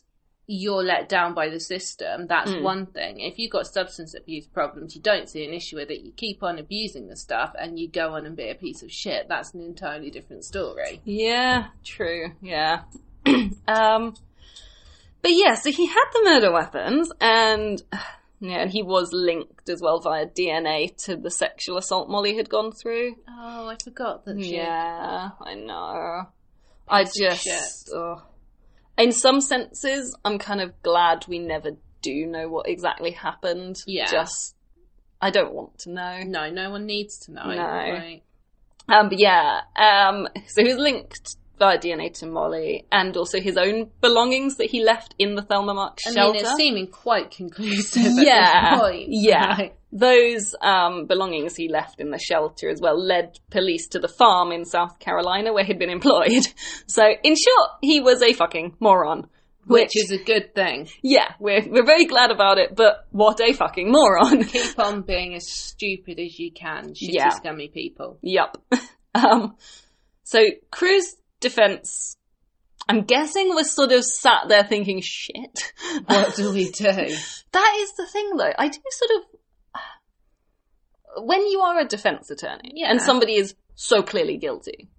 Speaker 2: you're let down by the system, that's
Speaker 1: Mm.
Speaker 2: one thing. If you've got substance abuse problems, you don't see an issue with it, you keep on abusing the stuff and you go on and be a piece of shit, that's an entirely different story.
Speaker 1: Yeah, true. Yeah. um, but yeah, so he had the murder weapons, and Yeah, and he was linked as well via DNA to the sexual assault Molly had gone through.
Speaker 2: Oh, I forgot that she.
Speaker 1: Yeah, I know. I
Speaker 2: of
Speaker 1: just,
Speaker 2: shit.
Speaker 1: ugh. in some senses, I'm kind of glad we never do know what exactly happened.
Speaker 2: Yeah.
Speaker 1: just I don't want to know.
Speaker 2: No, no one needs to know.
Speaker 1: No.
Speaker 2: right?
Speaker 1: Um, but yeah, um, so he was linked via DNA to Molly, and also his own belongings that he left in the Thelma Mark
Speaker 2: I
Speaker 1: shelter.
Speaker 2: mean, it's seeming quite conclusive at
Speaker 1: Yeah,
Speaker 2: this point.
Speaker 1: yeah.
Speaker 2: Like,
Speaker 1: Those um, belongings he left in the shelter as well led police to the farm in South Carolina where he'd been employed. So, in short, he was a fucking moron.
Speaker 2: which, is a good thing.
Speaker 1: yeah, we're we're very glad about it, but what a fucking moron.
Speaker 2: Keep on being as stupid as you can, shitty,
Speaker 1: Yeah.
Speaker 2: scummy people.
Speaker 1: Yup. Um, so Crew's defense, I'm guessing, was sort of sat there thinking, shit.
Speaker 2: What do we do?
Speaker 1: that is the thing, though. I do sort of. When you are a defense attorney
Speaker 2: Yeah.
Speaker 1: and somebody is so clearly guilty,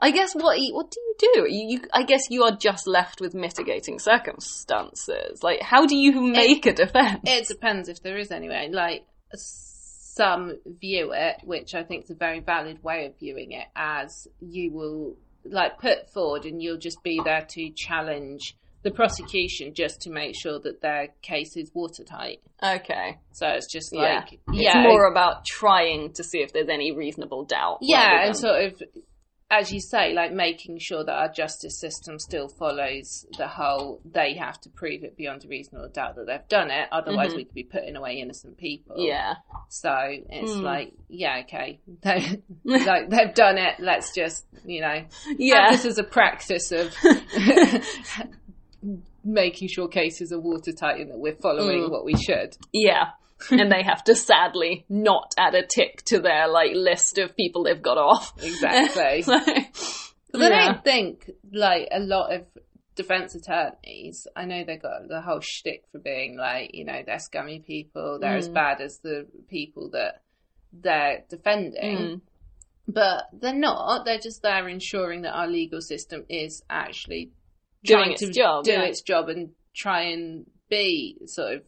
Speaker 1: I guess what you- what do you do? You, you, I guess you are just left with mitigating circumstances. Like, how do you make a defense?
Speaker 2: It depends if there is anyway. Like some view it, which I think is a very valid way of viewing it, as you will like put forward, and you'll just be there to challenge the prosecution just to make sure that their case is watertight.
Speaker 1: okay,
Speaker 2: So it's just
Speaker 1: Yeah.
Speaker 2: like
Speaker 1: it's
Speaker 2: yeah,
Speaker 1: more about trying to see if there's any reasonable doubt. rather
Speaker 2: yeah,
Speaker 1: than-
Speaker 2: and sort of as you say, like making sure that our justice system still follows the whole they have to prove it beyond a reasonable doubt that they've done it, otherwise
Speaker 1: Mhm.
Speaker 2: we could be putting away innocent people.
Speaker 1: yeah,
Speaker 2: So it's
Speaker 1: Hmm.
Speaker 2: like, yeah, okay, they, like they've done it. Let's just, you know, have
Speaker 1: yeah.
Speaker 2: this is a practice of making sure cases are watertight and that we're following
Speaker 1: Hmm.
Speaker 2: what we should.
Speaker 1: Yeah. and they have to sadly not add a tick to their like list of people they've got off.
Speaker 2: Exactly.
Speaker 1: so,
Speaker 2: But I
Speaker 1: yeah.
Speaker 2: don't think like a lot of defense attorneys. I know they got the whole shtick for being like, you know, they're scummy people. They're as
Speaker 1: Mm.
Speaker 2: bad as the people that they're defending.
Speaker 1: Mm.
Speaker 2: But they're not. They're just there ensuring that our legal system is actually
Speaker 1: Doing
Speaker 2: trying
Speaker 1: its
Speaker 2: to
Speaker 1: job,
Speaker 2: do
Speaker 1: yeah.
Speaker 2: its job, and try and be sort of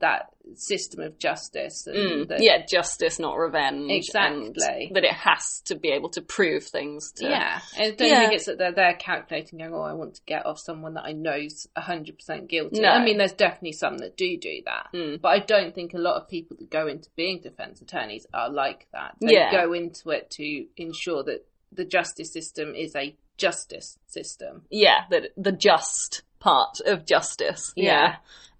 Speaker 2: that system of justice. And
Speaker 1: Mm.
Speaker 2: that,
Speaker 1: yeah, justice, not revenge. and
Speaker 2: Exactly.
Speaker 1: That it has to be able to prove things to.
Speaker 2: Yeah, I don't
Speaker 1: Yeah.
Speaker 2: think it's that they're there calculating, going, "Oh, I want to get off someone that I know's hundred percent guilty."
Speaker 1: No.
Speaker 2: I mean, there's definitely some that do do that,
Speaker 1: Mm.
Speaker 2: but I don't think a lot of people that go into being defense attorneys are like that. They
Speaker 1: Yeah.
Speaker 2: go into it to ensure that the justice system is a justice system.
Speaker 1: Yeah, that the just part of justice.
Speaker 2: Yeah.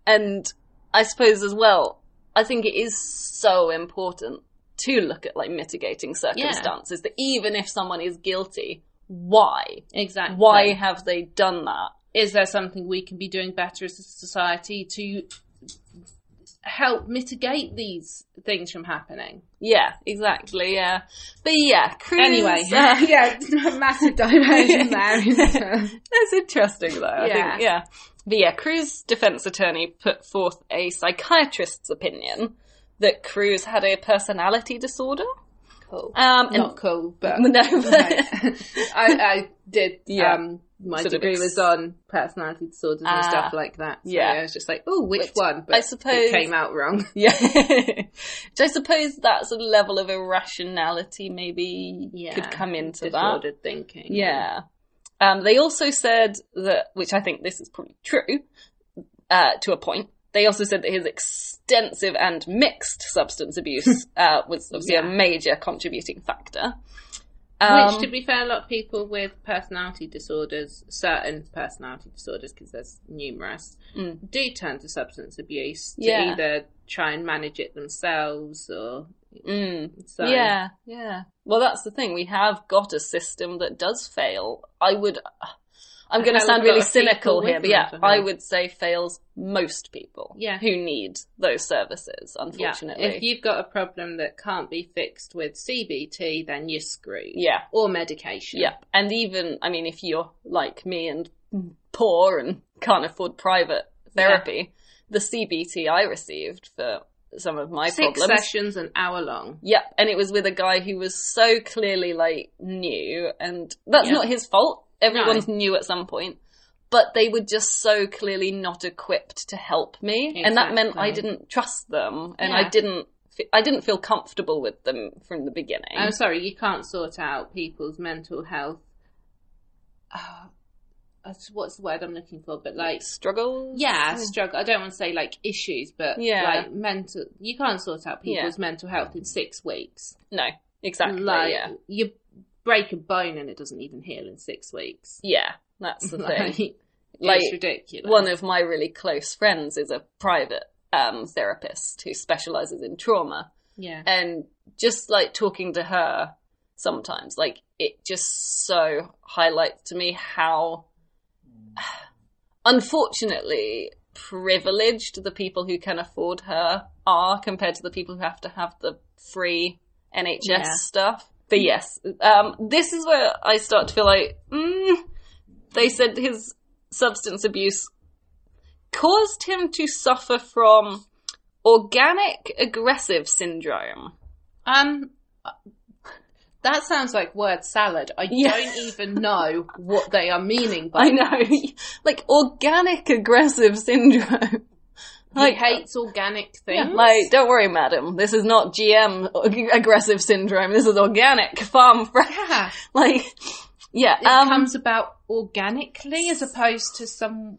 Speaker 1: And I suppose as well, I think it is so important to look at like mitigating circumstances that even if someone is guilty, why?
Speaker 2: Exactly.
Speaker 1: Why have they done that?
Speaker 2: is there something we can be doing better as a society to help mitigate these things from happening?
Speaker 1: Yeah, exactly. Yeah, but yeah, cruise.
Speaker 2: Anyway,
Speaker 1: uh,
Speaker 2: yeah, massive diversion there.
Speaker 1: that's interesting though. I
Speaker 2: Yeah.
Speaker 1: think yeah, but yeah, Crew's defense attorney put forth a psychiatrist's opinion that Cruz had a personality disorder.
Speaker 2: cool.
Speaker 1: Um, and
Speaker 2: Not cool, but
Speaker 1: No,
Speaker 2: Right. I, I did.
Speaker 1: Yeah.
Speaker 2: Um, my
Speaker 1: Sort of
Speaker 2: degree
Speaker 1: ex-
Speaker 2: was on personality disorders and
Speaker 1: Ah.
Speaker 2: stuff like that. So
Speaker 1: Yeah.
Speaker 2: yeah, I was just like, oh, which,
Speaker 1: Which
Speaker 2: one?
Speaker 1: I suppose-
Speaker 2: it came out wrong.
Speaker 1: yeah, which I suppose that sort of level of irrationality maybe could come into that.
Speaker 2: disordered thinking.
Speaker 1: Yeah. Um, they also said that, which I think this is probably true uh, to a point. They also said that his extensive and mixed substance abuse uh, was obviously
Speaker 2: Yeah.
Speaker 1: a major contributing factor. Um,
Speaker 2: Which, to be fair, a lot of people with personality disorders, certain personality disorders, because there's numerous,
Speaker 1: Mm.
Speaker 2: do turn to substance abuse to
Speaker 1: Yeah.
Speaker 2: either try and manage it themselves or.
Speaker 1: mm,
Speaker 2: So,
Speaker 1: Yeah, yeah. Well, that's the thing. We have got a system that does fail. I would. I'm going to
Speaker 2: Hell,
Speaker 1: sound
Speaker 2: we've got
Speaker 1: really
Speaker 2: a people
Speaker 1: cynical
Speaker 2: with
Speaker 1: here, but yeah,
Speaker 2: mental health.
Speaker 1: I would say fails most people
Speaker 2: Yeah.
Speaker 1: who need those services,
Speaker 2: Yeah.
Speaker 1: unfortunately.
Speaker 2: If you've got a problem that can't be fixed with CBT, then you're screwed.
Speaker 1: yeah.
Speaker 2: Or medication.
Speaker 1: Yeah, and even I mean, if you're like me and
Speaker 2: Hmm.
Speaker 1: poor and can't afford private therapy, the CBT I received for some of my
Speaker 2: Six
Speaker 1: problems.
Speaker 2: sessions an hour long.
Speaker 1: Yep, and it was with a guy who was so clearly like new, and that's
Speaker 2: Yeah.
Speaker 1: not his fault. Everyone's new at some point, but they were just so clearly not equipped to help me, and that meant I
Speaker 2: Exactly.
Speaker 1: didn't trust them, and
Speaker 2: Yeah.
Speaker 1: I didn't, fe- I didn't feel comfortable with them from the beginning.
Speaker 2: I'm Oh, sorry, you can't sort out people's mental health. Uh, that's- what's the word I'm looking for? But like,
Speaker 1: struggles,
Speaker 2: yeah, struggle. I don't want to say like issues, but
Speaker 1: Yeah.
Speaker 2: like mental. You can't sort out people's mental health in six weeks.
Speaker 1: no, exactly,
Speaker 2: like
Speaker 1: yeah,
Speaker 2: you break a bone and it doesn't even heal in six weeks.
Speaker 1: yeah, that's the thing.
Speaker 2: Like, it's
Speaker 1: Like,
Speaker 2: ridiculous.
Speaker 1: one of my really close friends is a private um, therapist who specializes in trauma
Speaker 2: yeah,
Speaker 1: and just like talking to her sometimes like it just so highlights to me how unfortunately privileged the people who can afford her are compared to the people who have to have the free NHS
Speaker 2: Yeah.
Speaker 1: stuff but yes um, this is where I start to feel like mm, they said his substance abuse caused him to suffer from organic aggressive syndrome.
Speaker 2: Um, that sounds like word salad. I
Speaker 1: Yeah.
Speaker 2: don't even know what they are meaning by.
Speaker 1: I know, like organic aggressive syndrome.
Speaker 2: He
Speaker 1: Like-
Speaker 2: hates organic things.
Speaker 1: Like, don't worry, madam. This is not GM ag- aggressive syndrome. This is organic, farm fresh.
Speaker 2: yeah,
Speaker 1: Like, yeah.
Speaker 2: it
Speaker 1: Um,
Speaker 2: comes about organically as opposed to some.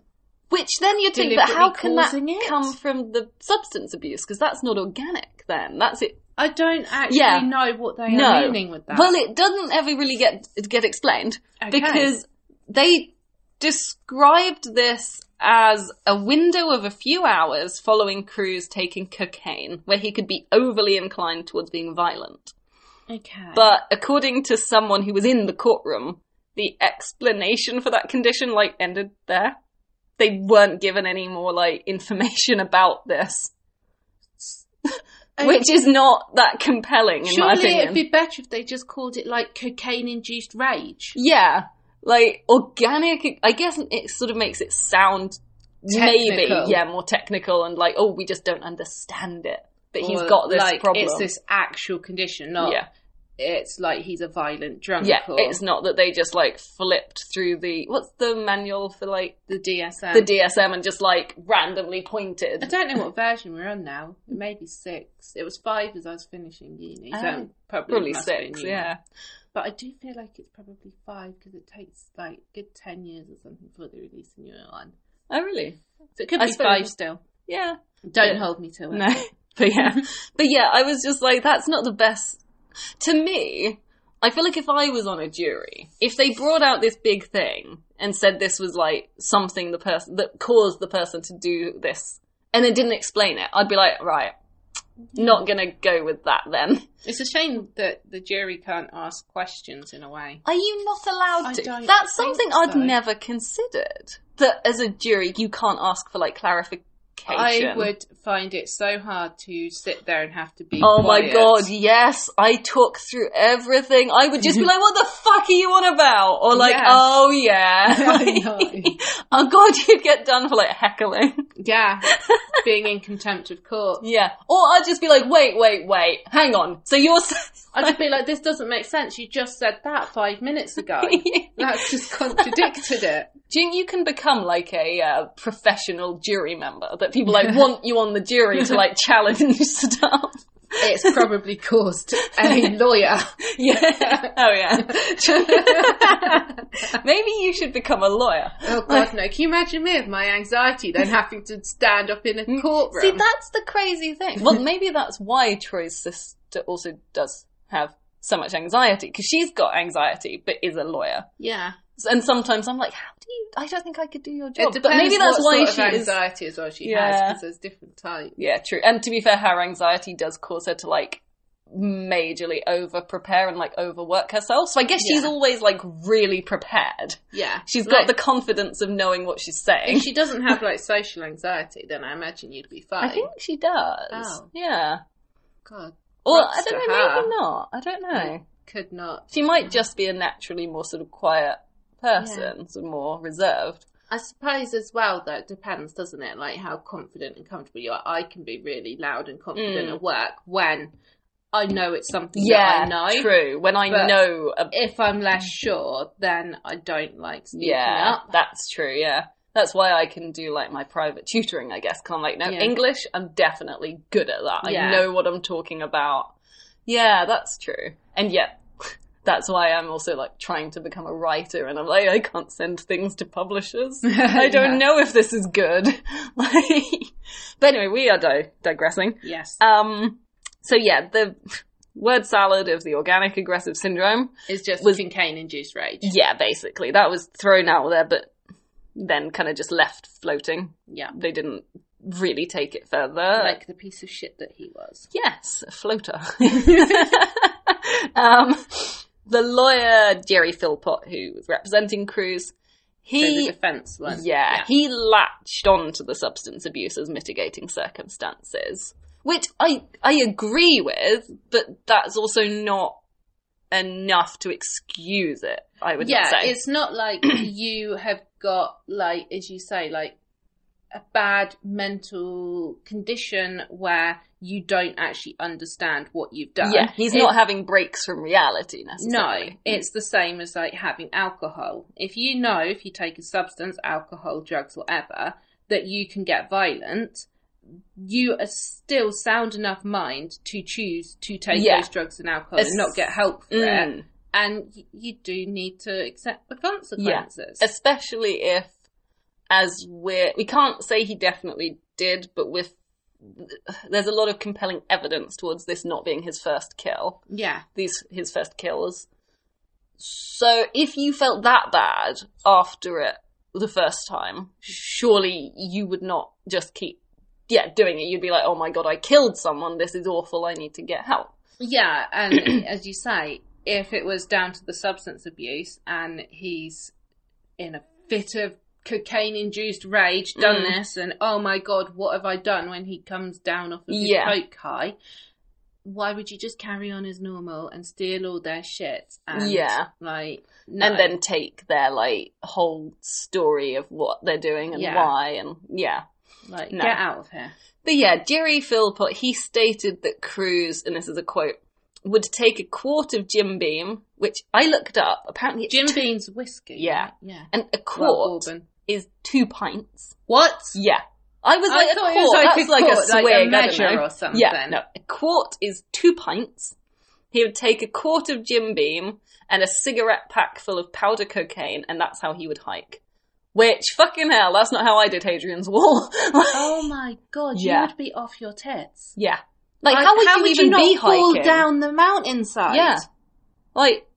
Speaker 1: which then you'd think, but how
Speaker 2: deliberately
Speaker 1: can that
Speaker 2: causing it?
Speaker 1: come from the substance abuse? Because that's not organic. Then that's it.
Speaker 2: I don't actually
Speaker 1: Yeah.
Speaker 2: know what they
Speaker 1: No.
Speaker 2: are meaning with that.
Speaker 1: Well, it doesn't ever really get get explained
Speaker 2: Okay.
Speaker 1: because they described this as a window of a few hours following Cruz taking cocaine, where he could be overly inclined towards being violent.
Speaker 2: okay,
Speaker 1: But according to someone who was in the courtroom, the explanation for that condition like ended there. They weren't given any more like information about this,
Speaker 2: Okay.
Speaker 1: which is not that compelling in my
Speaker 2: surely
Speaker 1: opinion.
Speaker 2: it'd be better if they just called it like cocaine-induced rage.
Speaker 1: Yeah, like organic. I guess it sort of makes it sound
Speaker 2: Technical.
Speaker 1: maybe yeah more technical and like oh we just don't understand it. But he's
Speaker 2: Or,
Speaker 1: got this
Speaker 2: like,
Speaker 1: problem.
Speaker 2: It's this actual condition, not
Speaker 1: yeah,
Speaker 2: it's like he's a violent drunk
Speaker 1: yeah.
Speaker 2: or
Speaker 1: It's not that they just like flipped through the what's the manual for like
Speaker 2: the DSM.
Speaker 1: the DSM and just like randomly pointed.
Speaker 2: I don't know what version we're on now. Maybe six. It was five as I was finishing uni. So
Speaker 1: Oh,
Speaker 2: probably,
Speaker 1: Probably
Speaker 2: must have been
Speaker 1: six.
Speaker 2: uni.
Speaker 1: Yeah,
Speaker 2: But I do feel like it's probably five because it takes like a good ten years or something before they release a new one.
Speaker 1: oh really?
Speaker 2: So it could
Speaker 1: I
Speaker 2: be
Speaker 1: suppose-
Speaker 2: five still.
Speaker 1: Yeah.
Speaker 2: Don't
Speaker 1: Yeah.
Speaker 2: hold me to it.
Speaker 1: No, but yeah, but yeah, I was just like, that's not the best. To me, I feel like if I was on a jury, if they brought out this big thing and said this was like something the person that caused the person to do this, and then didn't explain it, I'd be like, right, not gonna go with that. Then
Speaker 2: It's a shame that the jury can't ask questions in a way.
Speaker 1: are you not
Speaker 2: I
Speaker 1: allowed to?
Speaker 2: don't
Speaker 1: That's
Speaker 2: think
Speaker 1: something I'd
Speaker 2: so.
Speaker 1: never considered. That as a jury, you can't ask for like clarification.
Speaker 2: I would find it so hard to sit there and have to be.
Speaker 1: Oh my
Speaker 2: quiet.
Speaker 1: god, yes, I talk through everything. I would just be like, what the fuck are you on about? Or like,
Speaker 2: Yeah.
Speaker 1: oh yeah.
Speaker 2: I know.
Speaker 1: oh god, you'd get done for like heckling.
Speaker 2: Yeah, being in contempt of court.
Speaker 1: Yeah. Or I'd just be like, wait, wait, wait, hang on. So you're. s-
Speaker 2: I'd just be like, this doesn't make sense. You just said that five minutes ago. That's just contradicted it.
Speaker 1: Do you think you can become like a uh, professional jury member that people like want you on the jury to like challenge stuff?
Speaker 2: It's probably caused a lawyer.
Speaker 1: Yeah. Oh yeah. Maybe you should become a lawyer.
Speaker 2: Oh God, no! Can you imagine me with my anxiety then having to stand up in a courtroom?
Speaker 1: Mm. See, that's the crazy thing. Well, maybe that's why Troy's sister also does have so much anxiety because she's got anxiety but is a lawyer.
Speaker 2: yeah,
Speaker 1: S- And sometimes I'm like, how do you? I don't think I could do your
Speaker 2: it
Speaker 1: job.
Speaker 2: depends.
Speaker 1: But maybe that's
Speaker 2: what
Speaker 1: why
Speaker 2: sort
Speaker 1: she
Speaker 2: of
Speaker 1: is.
Speaker 2: anxiety as well. She has
Speaker 1: Yeah.
Speaker 2: because there's different types.
Speaker 1: Yeah, true. And to be fair, her anxiety does cause her to like majorly over prepare and like overwork herself. So I guess she's
Speaker 2: Yeah.
Speaker 1: always like really prepared.
Speaker 2: Yeah,
Speaker 1: She's got
Speaker 2: Like,
Speaker 1: the confidence of knowing what she's saying.
Speaker 2: If she doesn't have like social anxiety, then I imagine you'd be fine.
Speaker 1: I think she does.
Speaker 2: Oh.
Speaker 1: Yeah.
Speaker 2: God
Speaker 1: Or I
Speaker 2: Props
Speaker 1: don't
Speaker 2: to
Speaker 1: know,
Speaker 2: her.
Speaker 1: maybe not. I don't know.
Speaker 2: could not.
Speaker 1: She might just be a naturally more sort of quiet person, sort of more reserved.
Speaker 2: I suppose as well though it depends, doesn't it? Like how confident and comfortable you are. I can be really loud and confident
Speaker 1: Mm.
Speaker 2: at work when I know it's something
Speaker 1: Yeah,
Speaker 2: that I know.
Speaker 1: true. When I
Speaker 2: But-
Speaker 1: know, a,
Speaker 2: If I'm less sure, then I don't like speaking
Speaker 1: yeah,
Speaker 2: up.
Speaker 1: that's true. Yeah, that's why I can do like my private tutoring, I guess. Cause I'm like, no,
Speaker 2: Yeah.
Speaker 1: English, I'm definitely good at that. I
Speaker 2: Yeah.
Speaker 1: know what I'm talking about. Yeah, that's true. And yet, that's why I'm also like trying to become a writer, and I'm like, I can't send things to publishers. I don't
Speaker 2: Yeah.
Speaker 1: know if this is good. like, but anyway, we are di- digressing.
Speaker 2: Yes,
Speaker 1: Um, so yeah, the word salad of the organic aggressive syndrome.
Speaker 2: it's just
Speaker 1: was-
Speaker 2: cane induced rage.
Speaker 1: Yeah, basically that was thrown out there, but then kind of just left floating.
Speaker 2: Yeah,
Speaker 1: They didn't really take it further.
Speaker 2: like the piece of shit that he was.
Speaker 1: yes, a floater. um, the lawyer Jerry Philpott, who was representing Cruz,
Speaker 2: so
Speaker 1: he
Speaker 2: the defense one.
Speaker 1: Yeah, he latched on to the substance abuse as mitigating circumstances, which I I agree with, but that's also not enough to excuse it. I would
Speaker 2: yeah,
Speaker 1: say.
Speaker 2: it's not like you have got like as you say like a bad mental condition where you don't actually understand what you've done.
Speaker 1: yeah, he's
Speaker 2: It-
Speaker 1: not having breaks from reality
Speaker 2: No,
Speaker 1: necessarily.
Speaker 2: it's the same as like having alcohol. If you know if you take a substance, alcohol, drugs, whatever, that you can get violent, you are still sound enough mind to choose to take
Speaker 1: Yeah.
Speaker 2: those drugs and alcohol
Speaker 1: Es-
Speaker 2: and not get help for it.
Speaker 1: Mm.
Speaker 2: and y- you do need to accept the consequences.
Speaker 1: especially if as we're we can't say he definitely did, but with there's a lot of compelling evidence towards this not being his first kill.
Speaker 2: Yeah,
Speaker 1: these his first kills. So if you felt that bad after it the first time, surely you would not just keep yeah doing it. You'd be like, oh my god, I killed someone. This is awful. I need to get help.
Speaker 2: yeah, and as you say, if it was down to the substance abuse and he's in a fit of cocaine-induced rage, done
Speaker 1: Mm.
Speaker 2: this, and oh my god, what have I done? When he comes down off of his
Speaker 1: Yeah.
Speaker 2: coke high, why would you just carry on as normal and steal all their shit? And,
Speaker 1: Yeah.
Speaker 2: like no.
Speaker 1: And then take their like whole story of what they're doing and
Speaker 2: Yeah.
Speaker 1: why and yeah.
Speaker 2: like
Speaker 1: no.
Speaker 2: get out of here.
Speaker 1: But yeah, Jerry Philpott, he stated that Cruz, and this is a quote, would take a quart of Jim Beam, which I looked up. Apparently it's
Speaker 2: Jim
Speaker 1: two-
Speaker 2: Beam's whiskey.
Speaker 1: Yeah.
Speaker 2: right? yeah.
Speaker 1: and a
Speaker 2: Well,
Speaker 1: quart
Speaker 2: bourbon.
Speaker 1: is two pints.
Speaker 2: What?
Speaker 1: Yeah. I was like,
Speaker 2: I
Speaker 1: a
Speaker 2: thought
Speaker 1: quart.
Speaker 2: it was like
Speaker 1: That's
Speaker 2: a
Speaker 1: like
Speaker 2: quart,
Speaker 1: a
Speaker 2: like
Speaker 1: swig,
Speaker 2: a
Speaker 1: I don't
Speaker 2: measure
Speaker 1: know.
Speaker 2: or something.
Speaker 1: Yeah, no. A quart is two pints. He would take a quart of Jim Beam and a cigarette pack full of powder cocaine, and that's how he would hike. Which, fucking hell, that's not how I did Hadrian's Wall.
Speaker 2: Oh my god,
Speaker 1: Yeah.
Speaker 2: you would be off your tits.
Speaker 1: yeah. Like, how would you even
Speaker 2: not
Speaker 1: be
Speaker 2: fall
Speaker 1: hiking?
Speaker 2: down the mountainside?
Speaker 1: Yeah. Like,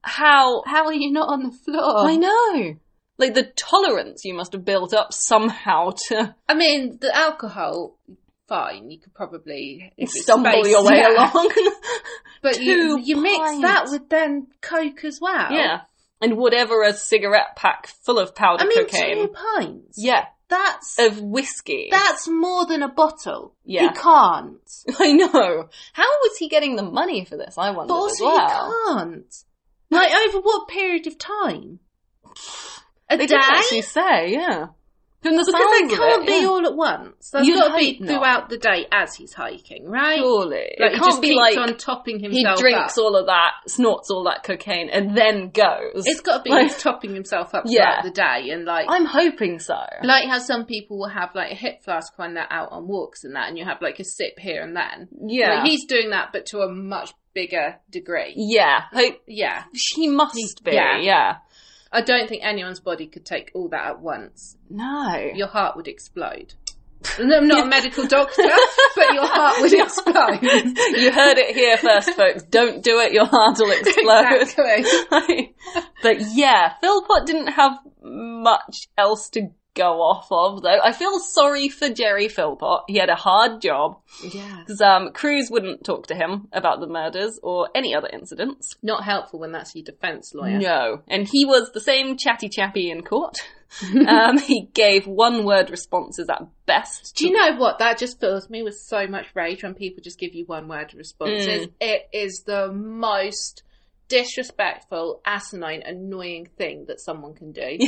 Speaker 1: how?
Speaker 2: How are you not on the floor?
Speaker 1: I
Speaker 2: I,
Speaker 1: know. Like, the tolerance you must have built up somehow to
Speaker 2: mean, the alcohol, fine, you could probably if it's
Speaker 1: stumble
Speaker 2: spaced,
Speaker 1: your way
Speaker 2: yeah.
Speaker 1: along.
Speaker 2: But you,
Speaker 1: Two
Speaker 2: you mix
Speaker 1: pints.
Speaker 2: that with then Coke as well.
Speaker 1: Yeah. And whatever a cigarette pack full of powder
Speaker 2: I mean,
Speaker 1: cocaine.
Speaker 2: two pints.
Speaker 1: Yeah.
Speaker 2: That's,
Speaker 1: Of whiskey.
Speaker 2: that's more than a bottle.
Speaker 1: Yeah.
Speaker 2: He can't.
Speaker 1: I know. How was he getting the money for this? I wonder
Speaker 2: But
Speaker 1: as
Speaker 2: also
Speaker 1: well.
Speaker 2: you can't. Like, over what period of time? A
Speaker 1: They
Speaker 2: day?
Speaker 1: didn't actually say, yeah. From the
Speaker 2: Because
Speaker 1: sounds
Speaker 2: they
Speaker 1: of
Speaker 2: can't
Speaker 1: it,
Speaker 2: be
Speaker 1: yeah.
Speaker 2: all at once. That's
Speaker 1: You'd
Speaker 2: got to be
Speaker 1: hope not.
Speaker 2: throughout the day as he's hiking, right?
Speaker 1: surely. it
Speaker 2: Like, he
Speaker 1: can't
Speaker 2: just
Speaker 1: be
Speaker 2: keeps
Speaker 1: like
Speaker 2: on topping
Speaker 1: he
Speaker 2: himself
Speaker 1: drinks
Speaker 2: up.
Speaker 1: all of that, snorts all that cocaine, and then goes.
Speaker 2: It's got to be
Speaker 1: Like-
Speaker 2: he's topping himself up
Speaker 1: Yeah.
Speaker 2: throughout the day and like.
Speaker 1: I'm hoping so.
Speaker 2: like how some people will have like a hip flask when they're out on walks and that, and you have like a sip here and then.
Speaker 1: yeah.
Speaker 2: Like, he's doing that, but to a much bigger degree.
Speaker 1: yeah. Hope
Speaker 2: Yeah,
Speaker 1: she must be,
Speaker 2: Yeah.
Speaker 1: yeah.
Speaker 2: I don't think anyone's body could take all that at once.
Speaker 1: No.
Speaker 2: your heart would explode. And I'm not a medical doctor, but your heart would explode.
Speaker 1: you heard it here first, folks. Don't do it, your heart will explode.
Speaker 2: exactly.
Speaker 1: but yeah, Philpott didn't have much else to go off of, though. I feel sorry for Jerry Philpott. He had a hard job
Speaker 2: Yeah.
Speaker 1: because um, Cruz wouldn't talk to him about the murders or any other incidents.
Speaker 2: Not helpful when that's your defence lawyer.
Speaker 1: No, and he was the same chatty chappy in court. um, he gave one-word responses at best.
Speaker 2: Do you know what? That just fills me with so much rage when people just give you one word responses.
Speaker 1: Mm.
Speaker 2: It is the most disrespectful, asinine, annoying thing that someone can do.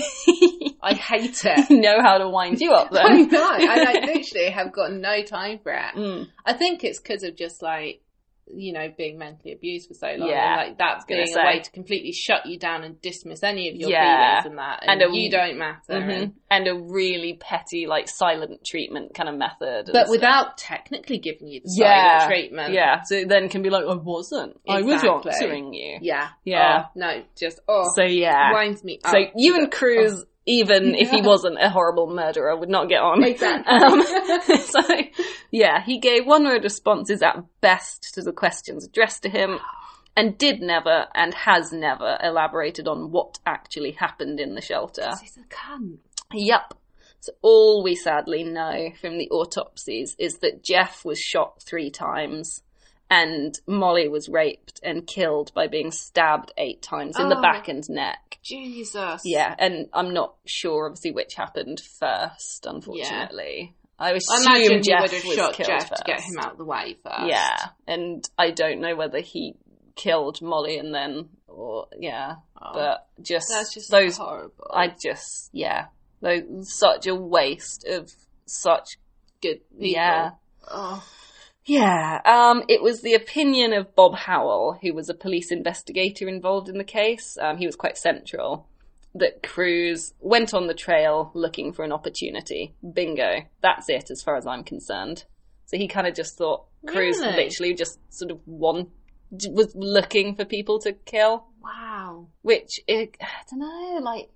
Speaker 2: I hate it.
Speaker 1: know how to wind you up,
Speaker 2: I
Speaker 1: then.
Speaker 2: know. I like, literally have got no time for it.
Speaker 1: Mm.
Speaker 2: I think it's because of just like you know, being mentally abused for so long.
Speaker 1: Yeah,
Speaker 2: and, like that
Speaker 1: gonna
Speaker 2: being
Speaker 1: say.
Speaker 2: a way to completely shut you down and dismiss any of your
Speaker 1: Yeah.
Speaker 2: feelings and that,
Speaker 1: And
Speaker 2: and,
Speaker 1: a-
Speaker 2: you don't matter.
Speaker 1: Mhm.
Speaker 2: and-
Speaker 1: And a really petty, like silent treatment kind of method. and
Speaker 2: but
Speaker 1: stuff.
Speaker 2: without technically giving you the
Speaker 1: Yeah.
Speaker 2: silent treatment.
Speaker 1: yeah, so it then can be like, I wasn't. I was
Speaker 2: Exactly.
Speaker 1: answering you.
Speaker 2: Yeah.
Speaker 1: Yeah.
Speaker 2: Oh, no, just, oh,
Speaker 1: So yeah,
Speaker 2: winds me up.
Speaker 1: so you and
Speaker 2: Oh.
Speaker 1: Cruz, even if he
Speaker 2: Yeah.
Speaker 1: wasn't a horrible murderer, would not get on.
Speaker 2: Exactly.
Speaker 1: Um, so yeah, he gave one-word responses at best to the questions addressed to him. And did never and has never elaborated on what actually happened in the shelter.
Speaker 2: He's a cunt.
Speaker 1: Yep. So all we sadly know from the autopsies is that Jeff was shot three times and Molly was raped and killed by being stabbed eight times in the
Speaker 2: Oh.
Speaker 1: back and neck.
Speaker 2: Jesus.
Speaker 1: Yeah, and I'm not sure obviously which happened first, unfortunately. I
Speaker 2: I
Speaker 1: assume
Speaker 2: imagine
Speaker 1: Jeff
Speaker 2: Jeff would have
Speaker 1: was
Speaker 2: shot
Speaker 1: killed
Speaker 2: Jeff
Speaker 1: first.
Speaker 2: to get him out of the way first.
Speaker 1: Yeah, and I don't know whether he killed Molly and then, or yeah,
Speaker 2: Oh,
Speaker 1: but just,
Speaker 2: that's just
Speaker 1: those
Speaker 2: horrible.
Speaker 1: I just, yeah, like such a waste of such good
Speaker 2: people.
Speaker 1: Yeah,
Speaker 2: oh.
Speaker 1: yeah. Um, it was the opinion of Bob Howell, who was a police investigator involved in the case. Um, he was quite central. That Cruz went on the trail looking for an opportunity. Bingo, that's it, as far as I'm concerned. So he kind of just thought Cruz
Speaker 2: Really?
Speaker 1: literally just sort of one was looking for people to kill,
Speaker 2: Wow.
Speaker 1: which it, I don't know, like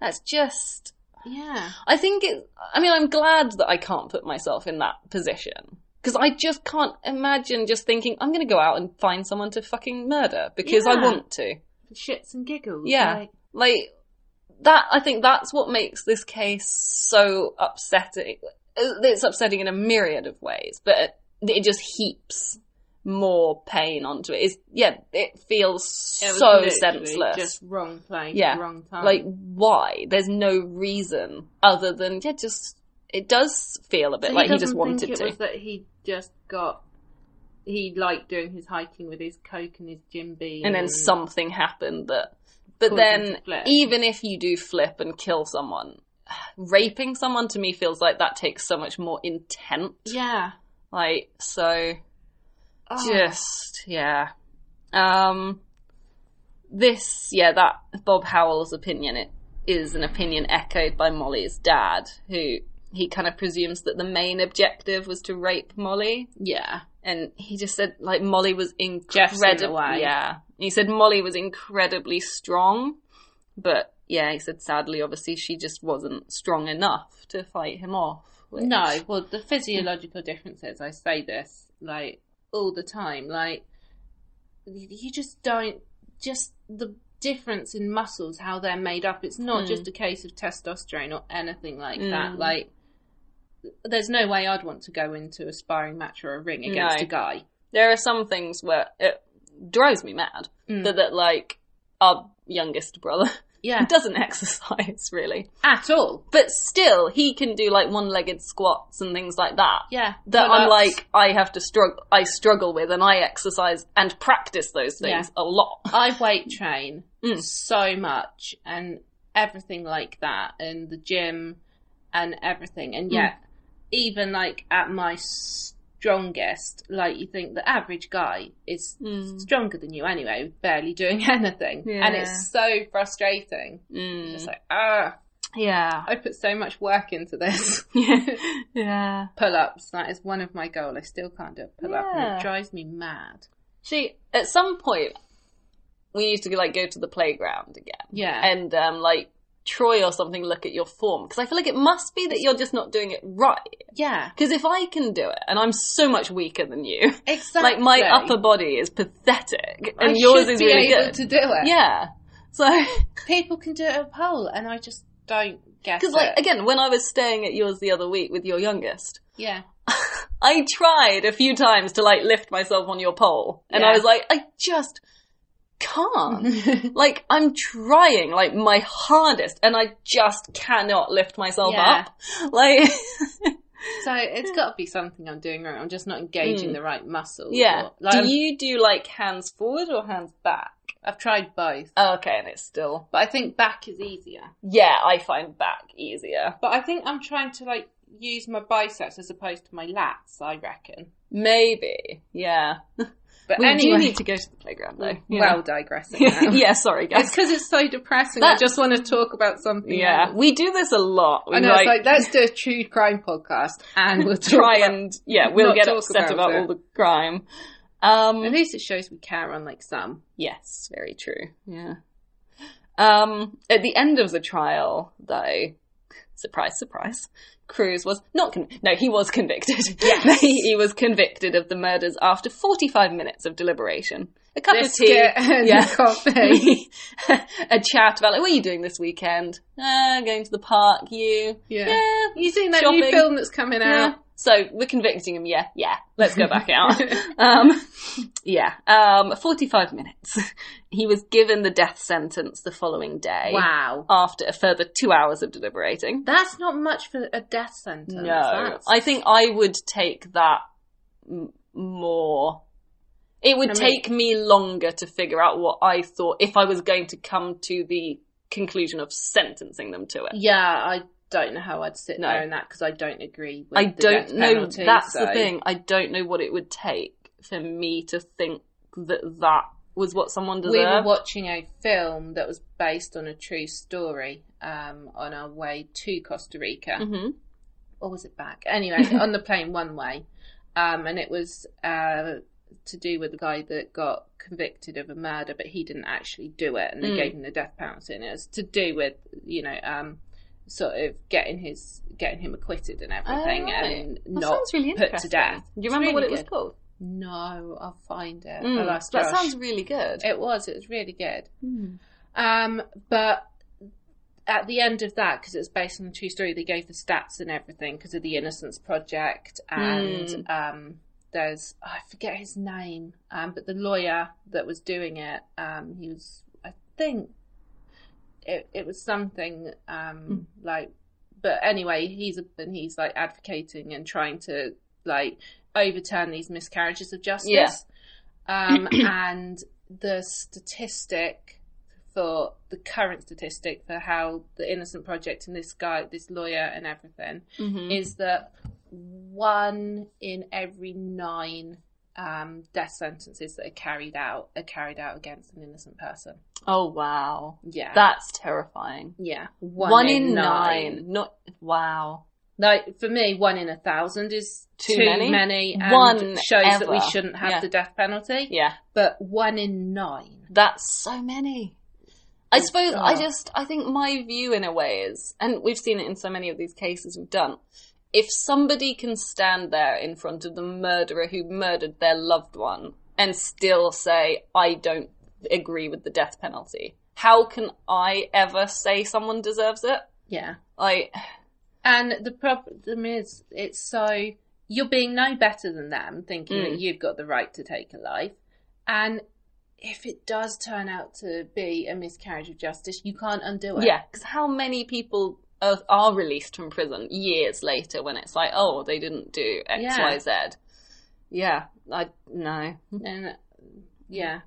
Speaker 1: that's just
Speaker 2: Yeah.
Speaker 1: I think it. I mean, I'm glad that I can't put myself in that position because I just can't imagine just thinking I'm going to go out and find someone to fucking murder because I
Speaker 2: Yeah.
Speaker 1: want to.
Speaker 2: For shits and giggles.
Speaker 1: Yeah.
Speaker 2: like-
Speaker 1: Like that. I think that's what makes this case so upsetting. It's upsetting in a myriad of ways, but it, it just heaps more pain onto it. It's, yeah, it feels
Speaker 2: It was
Speaker 1: so
Speaker 2: literally
Speaker 1: senseless.
Speaker 2: Just wrong place,
Speaker 1: Yeah.
Speaker 2: wrong time.
Speaker 1: Like, why? There's no reason other than yeah, just it does feel a bit
Speaker 2: So
Speaker 1: like he,
Speaker 2: doesn't
Speaker 1: just wanted
Speaker 2: think
Speaker 1: to.
Speaker 2: It was that he just got. He liked doing his hiking with his coke and his Jim Beam.
Speaker 1: and then something happened that. But
Speaker 2: Caused him
Speaker 1: then,
Speaker 2: to flip.
Speaker 1: even if you do flip and kill someone, raping someone to me feels like that takes so much more intent.
Speaker 2: Yeah.
Speaker 1: Like so,
Speaker 2: Oh.
Speaker 1: just yeah. Um, this yeah, that Bob Howell's opinion it is an opinion echoed by Molly's dad, who he kind of presumes that the main objective was to rape Molly,
Speaker 2: Yeah.
Speaker 1: and he just said like Molly was
Speaker 2: Jeff's in the
Speaker 1: incredible.
Speaker 2: way.
Speaker 1: Yeah, he said Molly was incredibly strong, but yeah, he said sadly, obviously she just wasn't strong enough to fight him off. which-
Speaker 2: No, well, the physiological differences, I say this like all the time. Like, y- you just don't, just the difference in muscles, how they're made up. It's not
Speaker 1: Mm.
Speaker 2: just a case of testosterone or anything like
Speaker 1: Mm.
Speaker 2: that. Like, there's no way I'd want to go into a sparring match or a ring against
Speaker 1: No.
Speaker 2: a guy.
Speaker 1: there are some things where it drives me mad.
Speaker 2: Mm.
Speaker 1: that, that like our youngest brother
Speaker 2: yeah,
Speaker 1: doesn't exercise really,
Speaker 2: at all.
Speaker 1: but still he can do like one-legged squats and things like that.
Speaker 2: Yeah,
Speaker 1: That
Speaker 2: pull-ups.
Speaker 1: I'm like I have to struggle. I struggle with, and I exercise and practice those things a lot.
Speaker 2: I weight train
Speaker 1: Mm.
Speaker 2: so much and everything like that, and the gym and everything.
Speaker 1: Mm.
Speaker 2: And yet, even like at my strongest, like you think the average guy is
Speaker 1: Mm.
Speaker 2: stronger than you anyway, barely doing anything. And
Speaker 1: Yeah.
Speaker 2: it's so frustrating.
Speaker 1: Mm.
Speaker 2: It's like, ah,
Speaker 1: yeah,
Speaker 2: I put so much work into this.
Speaker 1: yeah.
Speaker 2: pull ups, that is one of my goals. I still can't do a pull up, and
Speaker 1: Yeah.
Speaker 2: it drives me mad.
Speaker 1: She at some point we used to like go to the playground again.
Speaker 2: Yeah.
Speaker 1: and um, like Troy or something look at your form because I feel like it must be that you're just not doing it right.
Speaker 2: yeah.
Speaker 1: Because if I can do it, and I'm so much weaker than you,
Speaker 2: Exactly.
Speaker 1: like my upper body is pathetic, and
Speaker 2: I
Speaker 1: yours
Speaker 2: should
Speaker 1: is
Speaker 2: be
Speaker 1: really
Speaker 2: able
Speaker 1: good.
Speaker 2: to do it.
Speaker 1: Yeah. So,
Speaker 2: people can do it at pole, and I just don't get
Speaker 1: because
Speaker 2: it.
Speaker 1: like again, when I was staying at yours the other week with your youngest,
Speaker 2: yeah,
Speaker 1: I tried a few times to like lift myself on your pole, and I
Speaker 2: Yeah. Mm-hmm.
Speaker 1: was like, I just can't. Like I'm trying like my hardest and I just cannot lift myself
Speaker 2: Yeah.
Speaker 1: up. Like
Speaker 2: so it's got to be something I'm doing wrong. I'm just not engaging
Speaker 1: Mm.
Speaker 2: the right muscles.
Speaker 1: yeah.
Speaker 2: or- like I'm-
Speaker 1: do you do like hands forward or hands back?
Speaker 2: I've tried both,
Speaker 1: Oh, okay, and it's still
Speaker 2: but I think back is easier.
Speaker 1: Yeah, I find back easier.
Speaker 2: But I think I'm trying to like use my biceps as opposed to my lats. I reckon.
Speaker 1: Maybe. Yeah.
Speaker 2: But
Speaker 1: We
Speaker 2: anyway,
Speaker 1: do need to go to the playground though. you
Speaker 2: well,
Speaker 1: know.
Speaker 2: digressing. Now.
Speaker 1: yeah, sorry
Speaker 2: It's
Speaker 1: guys.
Speaker 2: because it's so depressing.
Speaker 1: That's-
Speaker 2: I just want to talk about something.
Speaker 1: Yeah,
Speaker 2: else.
Speaker 1: we do this a lot. We
Speaker 2: I know.
Speaker 1: like,
Speaker 2: It's like let's do a true crime podcast, and we'll talk
Speaker 1: try
Speaker 2: about-
Speaker 1: and yeah, we'll
Speaker 2: not
Speaker 1: get
Speaker 2: talk
Speaker 1: upset
Speaker 2: about
Speaker 1: about,
Speaker 2: it.
Speaker 1: all the crime. Um,
Speaker 2: At least it shows we care, unlike some.
Speaker 1: Yes, very true. Yeah. Um, at the end of the trial, though, surprise, surprise, Cruz was not con- no, he was convicted.
Speaker 2: Yes.
Speaker 1: he, he was convicted of the murders after 45 minutes of deliberation. A cup
Speaker 2: Biscuit and
Speaker 1: Yeah. of
Speaker 2: coffee.
Speaker 1: tea, a chat about like, what are you doing this weekend? Uh, going to the park, you?
Speaker 2: Yeah.
Speaker 1: Yeah.
Speaker 2: You seen that
Speaker 1: Shopping.
Speaker 2: new film that's coming
Speaker 1: yeah.
Speaker 2: out?
Speaker 1: So we're convicting him, yeah, yeah. Let's go back out. Um, yeah, um, 45 minutes. He was given the death sentence the following day.
Speaker 2: Wow.
Speaker 1: After a further two hours of deliberating.
Speaker 2: That's not much for a death sentence.
Speaker 1: No.
Speaker 2: That's-
Speaker 1: I think I would take that m- more. It would
Speaker 2: I mean-
Speaker 1: take me longer to figure out what I thought if I was going to come to the conclusion of sentencing them to it.
Speaker 2: yeah, I don't know how I'd sit
Speaker 1: No.
Speaker 2: there in that because I don't agree with
Speaker 1: I
Speaker 2: the
Speaker 1: don't
Speaker 2: death
Speaker 1: know.
Speaker 2: penalty,
Speaker 1: that's the
Speaker 2: so-
Speaker 1: thing. I don't know what it would take for me to think that that was what someone deserved.
Speaker 2: We were watching a film that was based on a true story um, on our way to Costa Rica.
Speaker 1: hmm
Speaker 2: or was it back? Anyway, on the plane one way, um, and it was uh, to do with the guy that got convicted of a murder, but he didn't actually do it, and they
Speaker 1: Mm.
Speaker 2: gave him the death penalty, and it was to do with you know um, sort of getting his getting him acquitted and everything,
Speaker 1: Oh, right.
Speaker 2: and
Speaker 1: That
Speaker 2: not
Speaker 1: sounds really
Speaker 2: put to
Speaker 1: interesting.
Speaker 2: death.
Speaker 1: Do you remember
Speaker 2: It's
Speaker 1: what it
Speaker 2: really Uh,
Speaker 1: was called?
Speaker 2: no, I'll find it.
Speaker 1: Mm,
Speaker 2: I'll ask
Speaker 1: that
Speaker 2: Josh.
Speaker 1: sounds really good.
Speaker 2: It was. It was really good. Um, but at the end of that, because it's based on a true story, they gave the stats and everything because of the Innocence Project, and um, there's I forget his name, um, but the lawyer that was doing it, um, he was I think it it was something um, like, but anyway, he's a, and he's like advocating and trying to like overturn these miscarriages of justice.
Speaker 1: Yeah.
Speaker 2: Um, and the statistic for the current statistic for how the Innocent Project and this guy, this lawyer and everything,
Speaker 1: Mhm.
Speaker 2: is that one in every nine um, death sentences that are carried out are carried out against an innocent person.
Speaker 1: Oh wow,
Speaker 2: Yeah.
Speaker 1: that's terrifying.
Speaker 2: yeah. One,
Speaker 1: One, in nine. Not wow.
Speaker 2: Like for me, one in a thousand is
Speaker 1: Too
Speaker 2: too,
Speaker 1: many?
Speaker 2: many. and
Speaker 1: One
Speaker 2: shows that we
Speaker 1: ever.
Speaker 2: shouldn't have
Speaker 1: Yeah.
Speaker 2: the death penalty.
Speaker 1: Yeah,
Speaker 2: But one in nine.
Speaker 1: that's so many. I
Speaker 2: Oh,
Speaker 1: suppose
Speaker 2: God.
Speaker 1: I just I think my view in a way is, and we've seen it in so many of these cases we've done. If somebody can stand there in front of the murderer who murdered their loved one and still say, "I don't agree with the death penalty," how can I ever say someone deserves it?
Speaker 2: Yeah.
Speaker 1: Like,
Speaker 2: And the problem is, it's so you're being no better than them, thinking
Speaker 1: Mm.
Speaker 2: that you've got the right to take a life. And if it does turn out to be a miscarriage of justice, you can't undo it.
Speaker 1: Yeah, because how many people are, are released from prison years later when it's like, oh, they didn't do X,
Speaker 2: Yeah.
Speaker 1: Y, Z. Yeah, I no.
Speaker 2: And yeah,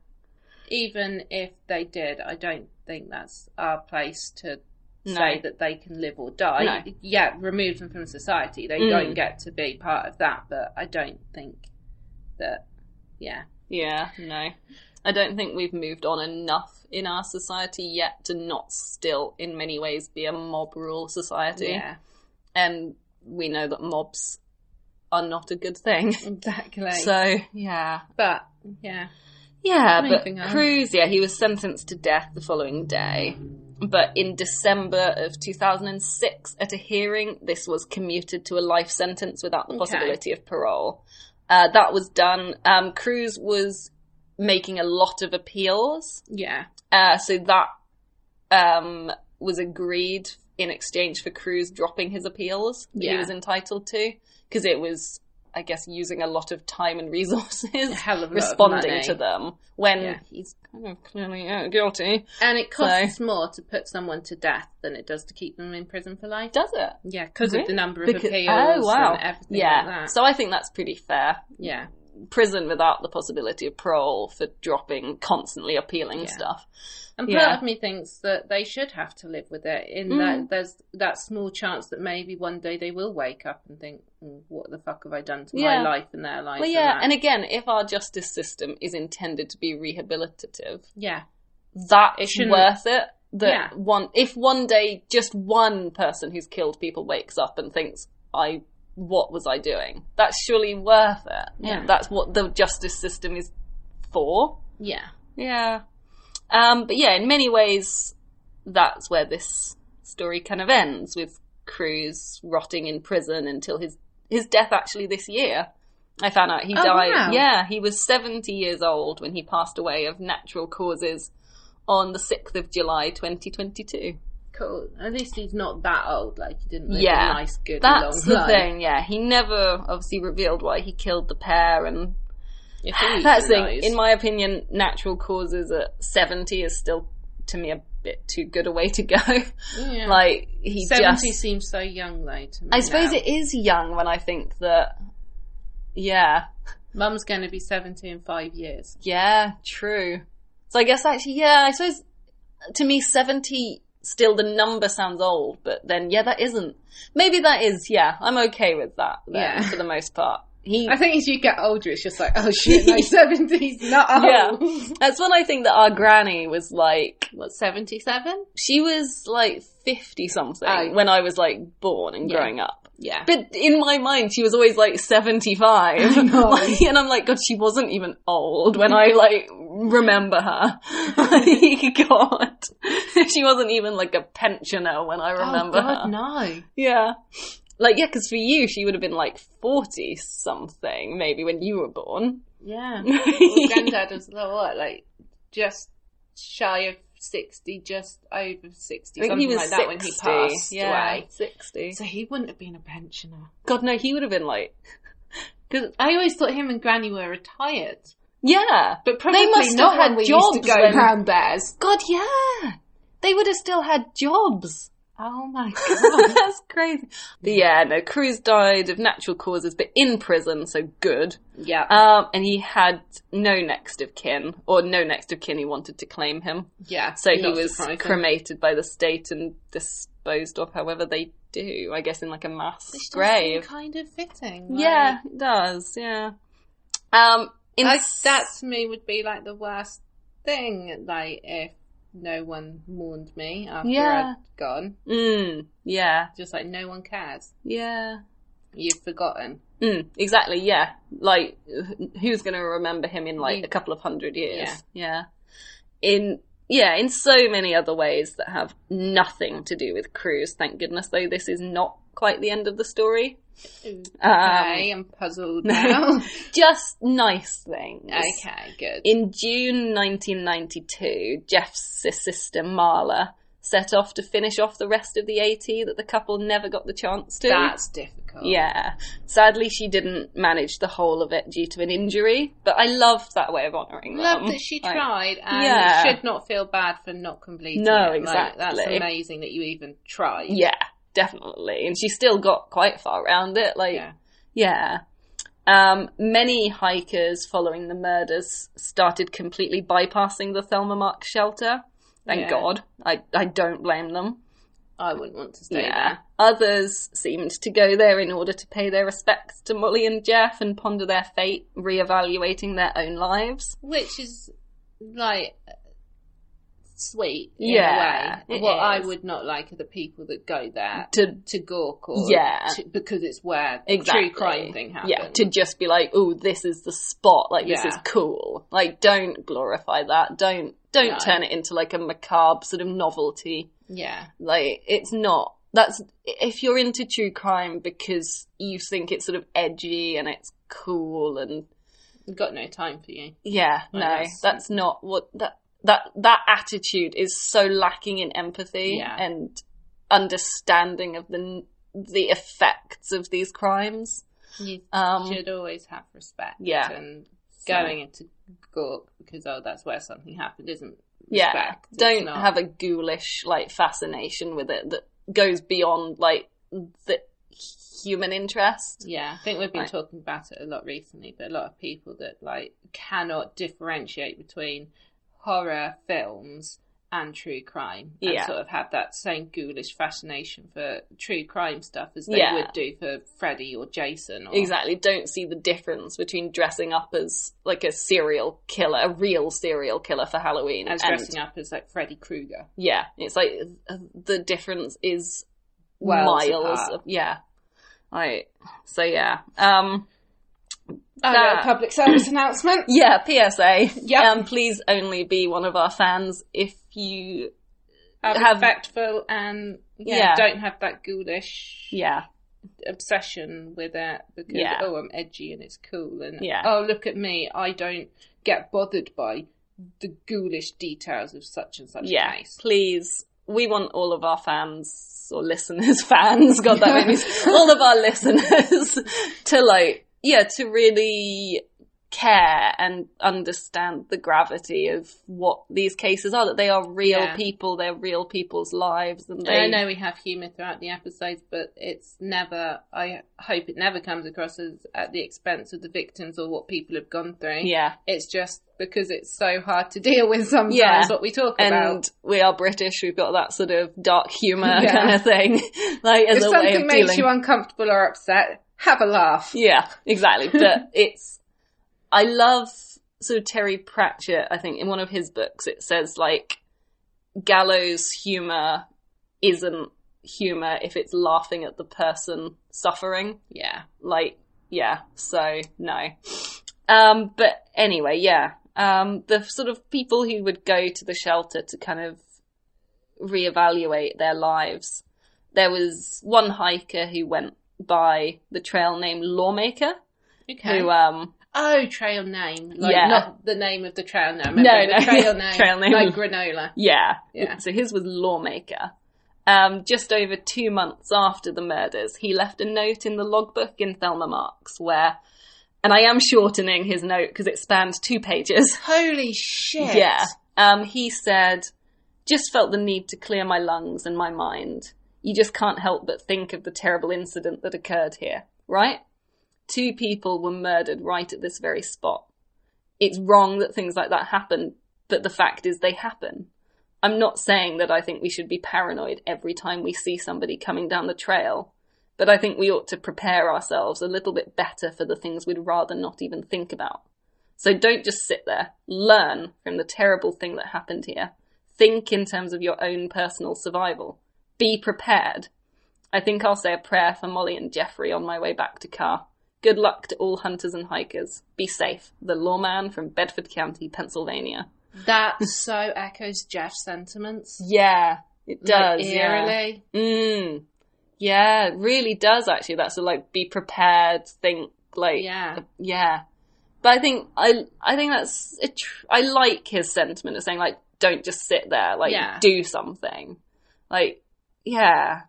Speaker 2: even if they did, I don't think that's our place to
Speaker 1: No.
Speaker 2: say that they can live or die.
Speaker 1: No.
Speaker 2: Yeah, remove them from society. They
Speaker 1: Mm.
Speaker 2: don't get to be part of that. But I don't think that. Yeah.
Speaker 1: Yeah, no. I don't think we've moved on enough in our society yet to not still, in many ways, be a mob rule society.
Speaker 2: Yeah.
Speaker 1: And we know that mobs are not a good thing.
Speaker 2: Exactly.
Speaker 1: So, yeah.
Speaker 2: but yeah.
Speaker 1: Yeah,
Speaker 2: Moving
Speaker 1: but
Speaker 2: on.
Speaker 1: Cruz, yeah, he was sentenced to death the following day. But in December of 2006, at a hearing, this was commuted to a life sentence without the
Speaker 2: Okay.
Speaker 1: possibility of parole. Uh, that was done. Um, Cruz was making a lot of appeals,
Speaker 2: Yeah.
Speaker 1: uh, so that um, was agreed in exchange for Cruz dropping his appeals that he
Speaker 2: Yeah.
Speaker 1: was entitled to, because it was, I guess, using a lot of time and resources
Speaker 2: a hell of a lot of
Speaker 1: responding
Speaker 2: money.
Speaker 1: to them when
Speaker 2: Yeah. Oh,
Speaker 1: he's kind of clearly uh, guilty.
Speaker 2: And it costs more to put someone to death than it does to keep them in prison for life.
Speaker 1: Does it?
Speaker 2: Yeah, because of
Speaker 1: Really?
Speaker 2: the number of
Speaker 1: Because-
Speaker 2: appeals
Speaker 1: oh wow,
Speaker 2: and everything
Speaker 1: yeah.
Speaker 2: like that.
Speaker 1: So I think that's pretty fair.
Speaker 2: yeah,
Speaker 1: prison without the possibility of parole for dropping constantly appealing
Speaker 2: Yeah.
Speaker 1: stuff.
Speaker 2: And part
Speaker 1: Yeah.
Speaker 2: of me thinks that they should have to live with it, in
Speaker 1: Mm.
Speaker 2: that there's that small chance that maybe one day they will wake up and think, "Mm, "What the fuck have I done to
Speaker 1: Yeah.
Speaker 2: my life and their life?"
Speaker 1: Well, yeah,
Speaker 2: that.
Speaker 1: and again, if our justice system is intended to be rehabilitative,
Speaker 2: yeah,
Speaker 1: that is
Speaker 2: Shouldn't-
Speaker 1: worth it. That
Speaker 2: Yeah.
Speaker 1: one, if one day just one person who's killed people wakes up and thinks, "I, what was I doing?" That's surely worth it.
Speaker 2: Yeah.
Speaker 1: that's what the justice system is for.
Speaker 2: yeah,
Speaker 1: Yeah. Um, but yeah, in many ways, that's where this story kind of ends with Cruz rotting in prison until his his death actually this year. I found out he
Speaker 2: Oh,
Speaker 1: died.
Speaker 2: wow.
Speaker 1: Yeah, he was 70 years old when he passed away of natural causes on the 6th of July 2022.
Speaker 2: cool. At least he's not that old. Like he didn't live
Speaker 1: Yeah.
Speaker 2: a nice, good,
Speaker 1: That's
Speaker 2: long
Speaker 1: the
Speaker 2: life.
Speaker 1: thing, yeah. He never obviously revealed why he killed the pair and
Speaker 2: If he
Speaker 1: That's the thing.
Speaker 2: realised-
Speaker 1: In my opinion, natural causes at 70 is still, to me, a bit too good a way to go.
Speaker 2: yeah.
Speaker 1: like, he
Speaker 2: seventy
Speaker 1: just.
Speaker 2: seems so young though. To me
Speaker 1: I suppose
Speaker 2: now.
Speaker 1: it is young when I think that. Yeah.
Speaker 2: Mum's going to be seventy in five years.
Speaker 1: Yeah, true. So I guess actually, yeah, I suppose to me, 70 still the number sounds old, but then, yeah, that isn't. Maybe that is, yeah, I'm okay with that then,
Speaker 2: Yeah.
Speaker 1: for the most part. He,
Speaker 2: I think as you get older, it's just like, oh shit, my seventies not old.
Speaker 1: that's when I think that our granny was like,
Speaker 2: What seventy-seven?
Speaker 1: she was like 50 something
Speaker 2: Oh.
Speaker 1: when I was like born and
Speaker 2: Yeah.
Speaker 1: growing up.
Speaker 2: Yeah.
Speaker 1: But in my mind, she was always like 75.
Speaker 2: I know.
Speaker 1: Like, and I'm like, God, she wasn't even old when I like remember her. like, God. she wasn't even like a pensioner when I remember
Speaker 2: oh, God,
Speaker 1: her.
Speaker 2: no.
Speaker 1: Yeah. Like, yeah, because for you, she would have been like 40 something maybe when you were born.
Speaker 2: Yeah. Well, granddad was like, what, like just shy of sixty, just over sixty,
Speaker 1: I think
Speaker 2: something
Speaker 1: he was
Speaker 2: like
Speaker 1: 60.
Speaker 2: that when he passed
Speaker 1: yeah,
Speaker 2: away.
Speaker 1: 60.
Speaker 2: So he wouldn't have been a pensioner.
Speaker 1: God, no, he would have been like,
Speaker 2: Because I always thought him and Granny were retired,
Speaker 1: yeah.
Speaker 2: but probably
Speaker 1: must have
Speaker 2: not
Speaker 1: had
Speaker 2: when we
Speaker 1: jobs
Speaker 2: used to go
Speaker 1: when-
Speaker 2: round theirs.
Speaker 1: God, yeah. They would have still had jobs.
Speaker 2: Oh my god!
Speaker 1: That's crazy. But yeah, no, Cruz died of natural causes, but in prison, so good.
Speaker 2: yeah,
Speaker 1: Um, and he had no next of kin, or no next of kin who wanted to claim him.
Speaker 2: yeah.
Speaker 1: So he
Speaker 2: not
Speaker 1: was
Speaker 2: surprising.
Speaker 1: cremated by the state and disposed of however they do, I guess in like a mass
Speaker 2: Which does seem
Speaker 1: grave.
Speaker 2: kind of fitting. like-
Speaker 1: Yeah, it does, yeah. Um, in
Speaker 2: like that to me would be like the worst thing. Like if no one mourned me after
Speaker 1: Yeah.
Speaker 2: I'd gone,
Speaker 1: Mm, yeah,
Speaker 2: just like no one cares.
Speaker 1: yeah.
Speaker 2: You've forgotten.
Speaker 1: Mm, exactly. Yeah. Like, wh- who's going to remember him in like
Speaker 2: You-
Speaker 1: a couple of hundred years? Yeah. In yeah, in so many other ways that have nothing to do with Cruz. Thank goodness, though, this is not quite the end of the story. Um,
Speaker 2: Okay, I'm puzzled now.
Speaker 1: Just nice things.
Speaker 2: okay, good.
Speaker 1: In June 1992, Jeff's si- sister Marla set off to finish off the rest of the AT that the couple never got the chance to.
Speaker 2: That's difficult.
Speaker 1: Yeah. Sadly, she didn't manage the whole of it due to an injury, but I loved that way of honouring them.
Speaker 2: Love that she
Speaker 1: Um, Like,
Speaker 2: tried, and
Speaker 1: Yeah.
Speaker 2: it should not feel bad for not completing.
Speaker 1: No,
Speaker 2: it. Like, that's
Speaker 1: exactly.
Speaker 2: amazing that you even tried.
Speaker 1: yeah, definitely. And she still got quite far around it. Like,
Speaker 2: Yeah.
Speaker 1: yeah. Um, many hikers following the murders started completely bypassing the Thelma Mark shelter. Thank
Speaker 2: Yeah.
Speaker 1: God. I, I don't blame them.
Speaker 2: I wouldn't want to stay
Speaker 1: Yeah.
Speaker 2: there.
Speaker 1: Others seemed to go there in order to pay their respects to Molly and Jeff and ponder their fate, reevaluating their own lives.
Speaker 2: which is like sweet in
Speaker 1: Yeah,
Speaker 2: a way.
Speaker 1: it
Speaker 2: What I
Speaker 1: is.
Speaker 2: would not like are the people that go there
Speaker 1: to
Speaker 2: to gawk or
Speaker 1: Yeah.
Speaker 2: to, because it's where the
Speaker 1: exactly
Speaker 2: true crime thing happens.
Speaker 1: Yeah, to just be like, oh, this is the spot. Like this
Speaker 2: Yeah.
Speaker 1: is cool. Like don't glorify that. Don't don't
Speaker 2: No.
Speaker 1: turn it into like a macabre sort of novelty.
Speaker 2: yeah,
Speaker 1: Like it's not. That's if you're into true crime because you think it's sort of edgy and it's cool and
Speaker 2: We've got no time for you.
Speaker 1: yeah,
Speaker 2: Like,
Speaker 1: no,
Speaker 2: that's-
Speaker 1: that's not what that that that attitude is so lacking in empathy
Speaker 2: Yeah.
Speaker 1: and understanding of the the effects of these crimes.
Speaker 2: You
Speaker 1: Um,
Speaker 2: should always have respect.
Speaker 1: yeah.
Speaker 2: and
Speaker 1: So-
Speaker 2: going into gawk because oh, that's where something happened isn't.
Speaker 1: Yeah,
Speaker 2: Respect. It's
Speaker 1: don't
Speaker 2: not-
Speaker 1: have a ghoulish like fascination with it that goes beyond like the human interest.
Speaker 2: Yeah, I think we've been
Speaker 1: Right.
Speaker 2: talking about it a lot recently, but a lot of people that like cannot differentiate between horror films and true crime and
Speaker 1: Yeah.
Speaker 2: sort of have that same ghoulish fascination for true crime stuff as they
Speaker 1: Yeah.
Speaker 2: would do for Freddy or Jason or
Speaker 1: Exactly. Don't see the difference between dressing up as like a serial killer, a real serial killer for Halloween,
Speaker 2: as
Speaker 1: and-
Speaker 2: dressing up as like Freddy Krueger.
Speaker 1: Yeah, it's like uh, the difference is
Speaker 2: Worlds
Speaker 1: miles.
Speaker 2: apart.
Speaker 1: Of, yeah, like so. Yeah, um,
Speaker 2: Oh,
Speaker 1: That-
Speaker 2: no, public service announcement.
Speaker 1: yeah. PSA.
Speaker 2: Yeah.
Speaker 1: Um, please only be one of our fans if you.
Speaker 2: Are
Speaker 1: Have-
Speaker 2: respectful and yeah,
Speaker 1: Yeah.
Speaker 2: don't have that ghoulish
Speaker 1: Yeah.
Speaker 2: obsession with it because
Speaker 1: Yeah.
Speaker 2: oh I'm edgy and it's cool and
Speaker 1: Yeah.
Speaker 2: oh look at me I don't get bothered by the ghoulish details of such and such
Speaker 1: Yeah.
Speaker 2: place.
Speaker 1: Please, we want all of our fans or listeners, fans. God, that made me. all of our listeners to like, yeah, to really care and understand the gravity of what these cases are. That they are real
Speaker 2: Yeah.
Speaker 1: people. They're real people's lives, and
Speaker 2: And
Speaker 1: they.
Speaker 2: I know we have humour throughout the episodes, but it's never. I hope it never comes across as at the expense of the victims or what people have gone through.
Speaker 1: Yeah.
Speaker 2: It's just because it's so hard to deal with sometimes
Speaker 1: Yeah.
Speaker 2: what we talk
Speaker 1: and
Speaker 2: about.
Speaker 1: we are British. We've got that sort of dark humour
Speaker 2: Yeah.
Speaker 1: kind of thing, like as
Speaker 2: If
Speaker 1: a way
Speaker 2: something
Speaker 1: of
Speaker 2: makes
Speaker 1: dealing.
Speaker 2: you uncomfortable or upset, have a laugh.
Speaker 1: yeah, exactly. But it's I love sort of Terry Pratchett. I think in one of his books it says like gallows humour isn't humour if it's laughing at the person suffering.
Speaker 2: Yeah.
Speaker 1: Like yeah, so no. Um, but anyway, yeah. Um, the sort of people who would go to the shelter to kind of reevaluate their lives. There was one hiker who went by the trail named Lawmaker,
Speaker 2: Okay.
Speaker 1: who um,
Speaker 2: Oh, trail name. Like,
Speaker 1: Yeah.
Speaker 2: Not the name of the trail now.
Speaker 1: No,
Speaker 2: No,
Speaker 1: no.
Speaker 2: The trail name.
Speaker 1: Trail name.
Speaker 2: Like granola.
Speaker 1: Yeah.
Speaker 2: Yeah.
Speaker 1: So his was Lawmaker. Um, just over two months after the murders, he left a note in the logbook in Thelma Marks where, and I am shortening his note because it spanned two pages.
Speaker 2: Holy shit.
Speaker 1: Yeah. Um, he said, just felt the need to clear my lungs and my mind. You just can't help but think of the terrible incident that occurred here, right? Two people were murdered right at this very spot. It's wrong that things like that happen, but the fact is they happen. I'm not saying that I think we should be paranoid every time we see somebody coming down the trail, but I think we ought to prepare ourselves a little bit better for the things we'd rather not even think about. So don't just sit there. Learn from the terrible thing that happened here. Think in terms of your own personal survival. Be prepared. I think I'll say a prayer for Molly and Jeffrey on my way back to Car. Good luck to all hunters and hikers. Be safe. The lawman from Bedford County, Pennsylvania.
Speaker 2: That so echoes Jeff's sentiments.
Speaker 1: Yeah, it does.
Speaker 2: Like,
Speaker 1: yeah.
Speaker 2: eerily.
Speaker 1: Mm. Yeah, it really does actually. That's a, like be prepared, think like
Speaker 2: Yeah.
Speaker 1: yeah. But I think I I think that's a tr- I like his sentiment of saying like don't just sit there, like
Speaker 2: Yeah.
Speaker 1: do something, like yeah,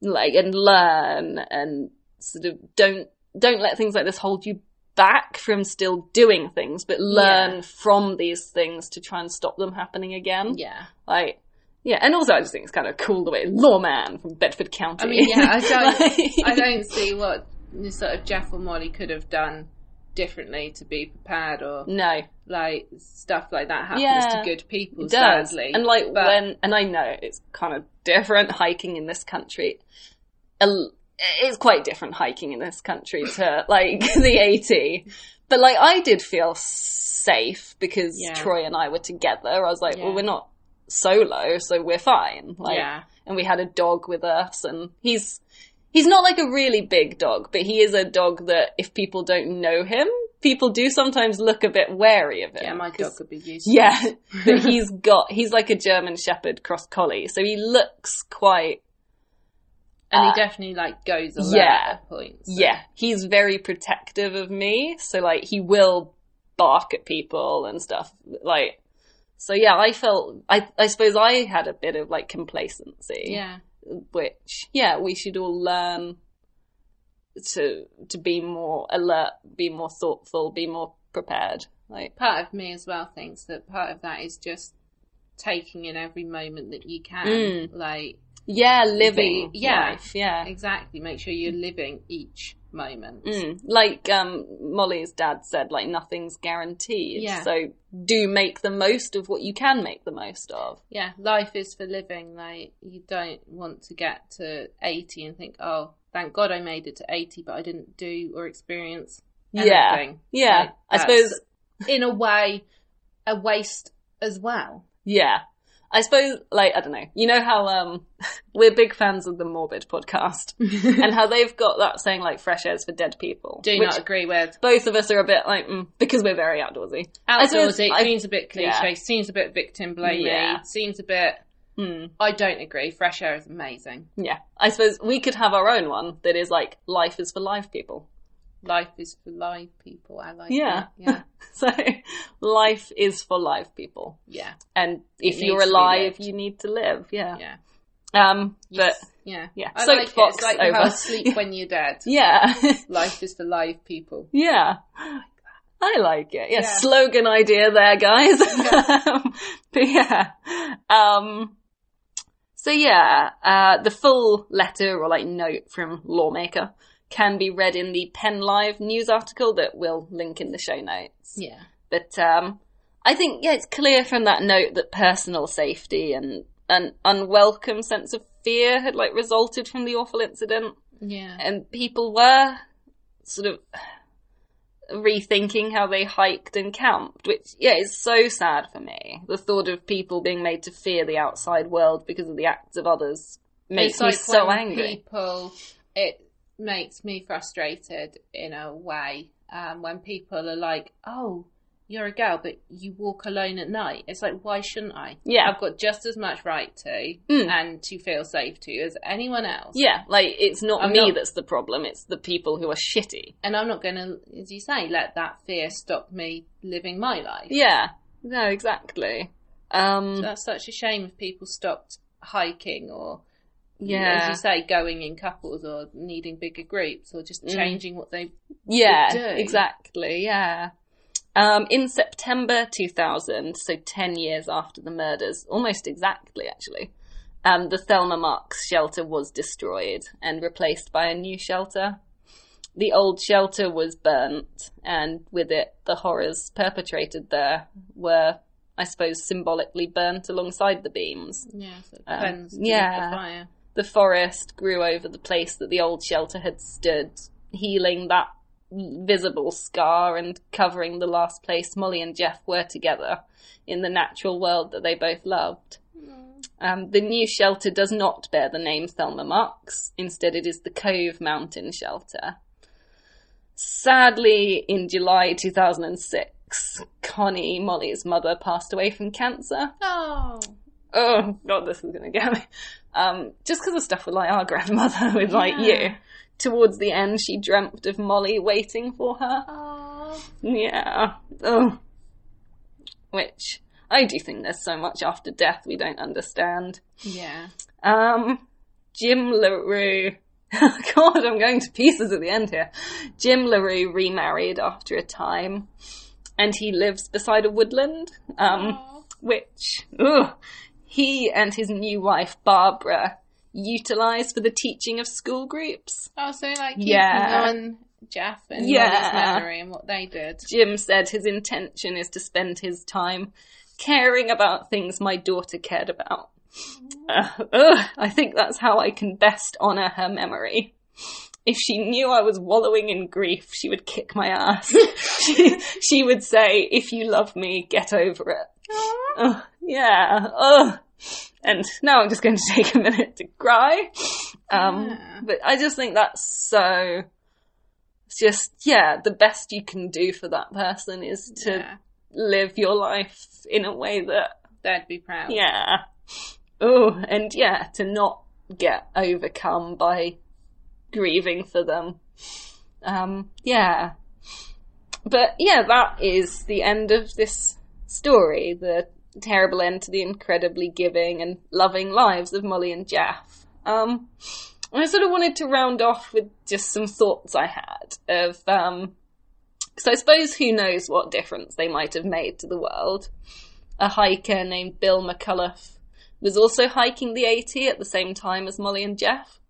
Speaker 1: like and learn and sort of don't don't let things like this hold you back from still doing things, but learn from these things to try and stop them happening again.
Speaker 2: Yeah.
Speaker 1: Like, yeah, and also I just think it's kind of cool the way lawman from Bedford County.
Speaker 2: I mean, yeah, I don't-
Speaker 1: Like-
Speaker 2: I don't see what sort of Jeff or Molly could have done differently to be prepared or
Speaker 1: No, it
Speaker 2: like stuff like that happens
Speaker 1: Mm. Yeah.
Speaker 2: to good people
Speaker 1: does.
Speaker 2: sadly.
Speaker 1: And like
Speaker 2: But-
Speaker 1: when, and I know it's kind of different hiking in this country. A l- It's quite different hiking in this country to like the AT. But like I did feel safe because
Speaker 2: Yeah.
Speaker 1: Troy and I were together. I was like, well,
Speaker 2: Yeah.
Speaker 1: we're not solo, so we're fine. Like,
Speaker 2: yeah.
Speaker 1: and we had a dog with us and he's he's not like a really big dog but he is a dog that if people don't know him people do sometimes look a bit wary of him
Speaker 2: Yeah, my
Speaker 1: 'Cause-
Speaker 2: dog would be useful.
Speaker 1: yeah but he's got he's like a german shepherd cross collie so he looks quite
Speaker 2: and
Speaker 1: uh,
Speaker 2: he definitely like goes alert
Speaker 1: yeah.
Speaker 2: at points.
Speaker 1: yeah he's very protective of me so like he will bark at people and stuff like so yeah i felt i i suppose i had a bit of like complacency
Speaker 2: Yeah.
Speaker 1: which yeah we should all learn to to be more alert be more thoughtful be more prepared like
Speaker 2: part of me as well thinks that part of that is just taking in every moment that you can.
Speaker 1: Mm.
Speaker 2: Like
Speaker 1: yeah, living,
Speaker 2: Living
Speaker 1: yeah,
Speaker 2: life.
Speaker 1: yeah.
Speaker 2: Exactly. Make sure you're living each moment.
Speaker 1: Mm. Like um, Molly's dad said, like nothing's guaranteed.
Speaker 2: Yeah.
Speaker 1: So do make the most of what you can make the most of.
Speaker 2: Yeah, life is for living. Like you don't want to get to 80 and think, "Oh, thank God I made it to 80, but I didn't do or experience
Speaker 1: Yeah.
Speaker 2: anything."
Speaker 1: Yeah,
Speaker 2: Like,
Speaker 1: I
Speaker 2: that's,
Speaker 1: suppose.
Speaker 2: in a way a waste as well.
Speaker 1: Yeah, I suppose. Like I don't know. You know how um, we're big fans of the Morbid podcast and how they've got that saying like "fresh air's for dead people."
Speaker 2: Do
Speaker 1: which
Speaker 2: not agree with
Speaker 1: Both of us are a bit like mm, because we're very outdoorsy. I suppose
Speaker 2: outdoorsy.
Speaker 1: I-
Speaker 2: seems a bit cliche.
Speaker 1: yeah.
Speaker 2: Seems a bit victim blaming.
Speaker 1: Yeah.
Speaker 2: Seems a bit.
Speaker 1: Mm.
Speaker 2: I don't agree. Fresh air is amazing.
Speaker 1: Yeah, I suppose we could have our own one that is like life is for live people.
Speaker 2: Life is for live people. I like
Speaker 1: Yeah.
Speaker 2: that. Yeah.
Speaker 1: So life is for live people.
Speaker 2: Yeah.
Speaker 1: and if
Speaker 2: It
Speaker 1: you're
Speaker 2: needs to be
Speaker 1: alive,
Speaker 2: lived.
Speaker 1: you need to live. Yeah.
Speaker 2: Yeah.
Speaker 1: Um. But
Speaker 2: Yes. yeah.
Speaker 1: yeah,
Speaker 2: I like it.
Speaker 1: soapbox
Speaker 2: It's like
Speaker 1: over.
Speaker 2: how sleep when you're dead.
Speaker 1: yeah,
Speaker 2: Life is for live people.
Speaker 1: yeah. I like it. Yeah,
Speaker 2: Yeah.
Speaker 1: slogan idea there, guys. Um, but yeah. Um. So yeah, uh, the full letter or like note from lawmaker can be read in the Pen Live news article that we'll link in the show notes.
Speaker 2: Yeah.
Speaker 1: But um, I think yeah, it's clear from that note that personal safety and an unwelcome sense of fear had like resulted from the awful incident,
Speaker 2: Yeah.
Speaker 1: and people were sort of rethinking how they hiked and camped, which yeah, is so sad for me. The thought of people being made to fear the outside world because of the acts of others makes
Speaker 2: It's
Speaker 1: me
Speaker 2: like
Speaker 1: so
Speaker 2: when
Speaker 1: angry.
Speaker 2: People, it makes me frustrated in a way um, when people are like, "Oh, you're a girl, but you walk alone at night." It's like, why shouldn't I?
Speaker 1: Yeah.
Speaker 2: I've got just as much right to
Speaker 1: Mm.
Speaker 2: and to feel safe to as anyone else.
Speaker 1: Yeah, like it's not
Speaker 2: I'm
Speaker 1: me
Speaker 2: not-
Speaker 1: that's the problem; it's the people who are shitty.
Speaker 2: And I'm not going to, as you say, let that fear stop me living my life.
Speaker 1: Yeah, no, exactly. Um,
Speaker 2: So that's such a shame if people stopped hiking or as
Speaker 1: Yeah.
Speaker 2: you say, going in couples or needing bigger groups or just
Speaker 1: Mm.
Speaker 2: changing what they
Speaker 1: Yeah,
Speaker 2: do.
Speaker 1: exactly. Yeah. Um, in September 2000, so 10 years after the murders, almost exactly actually, um, the Thelma Marks shelter was destroyed and replaced by a new shelter. The old shelter was burnt, and with it, the horrors perpetrated there were, I suppose, symbolically burnt alongside the beams.
Speaker 2: yeah sort of
Speaker 1: Um,
Speaker 2: cleansed with
Speaker 1: yeah.
Speaker 2: the fire.
Speaker 1: the forest grew over the place that the old shelter had stood, healing that visible scar and covering the last place Molly and Jeff were together in the natural world that they both loved. Um, the new shelter does not bear the name Thelma Marks. Instead, it is the Cove Mountain Shelter. Sadly, in July 2006, Connie, Molly's mother, passed away from cancer
Speaker 2: Oh,
Speaker 1: oh god, this is gonna get me. Um, just because of stuff with like our grandmother with like
Speaker 2: Yeah.
Speaker 1: you. Towards the end, she dreamt of Molly waiting for her.
Speaker 2: oh,
Speaker 1: Yeah. Oh. Which I do think there's so much after death we don't understand.
Speaker 2: yeah.
Speaker 1: Um, Jim LaRue. God, I'm going to pieces at the end here. Jim LaRue remarried after a time, and he lives beside a woodland. Um,
Speaker 2: Oh.
Speaker 1: which ugh, he and his new wife Barbara utilize for the teaching of school groups.
Speaker 2: Oh, so like keeping
Speaker 1: Yeah.
Speaker 2: on Jeff and
Speaker 1: Yeah.
Speaker 2: Molly's memory and what they did.
Speaker 1: Jim said his intention is to spend his time caring about things my daughter cared about. Uh, ugh, I think that's how I can best honour her memory. If she knew I was wallowing in grief, she would kick my ass. she, she would say, If you love me, get over it. Oh, yeah. Oh. And now I'm just going to take a minute to cry. Um,
Speaker 2: Yeah.
Speaker 1: But I just think that's so. It's just, yeah, the best you can do for that person is to
Speaker 2: Yeah.
Speaker 1: live your life in a way that,
Speaker 2: They'd be proud.
Speaker 1: yeah. Oh, and yeah, to not get overcome by grieving for them. Um, yeah. But yeah, that is the end of this story. The terrible end to the incredibly giving and loving lives of Molly and Jeff. Um, and I sort of wanted to round off with just some thoughts I had of, um, because I suppose who knows what difference they might have made to the world. A hiker named Bill McCullough was also hiking the 80 at the same time as Molly and Jeff,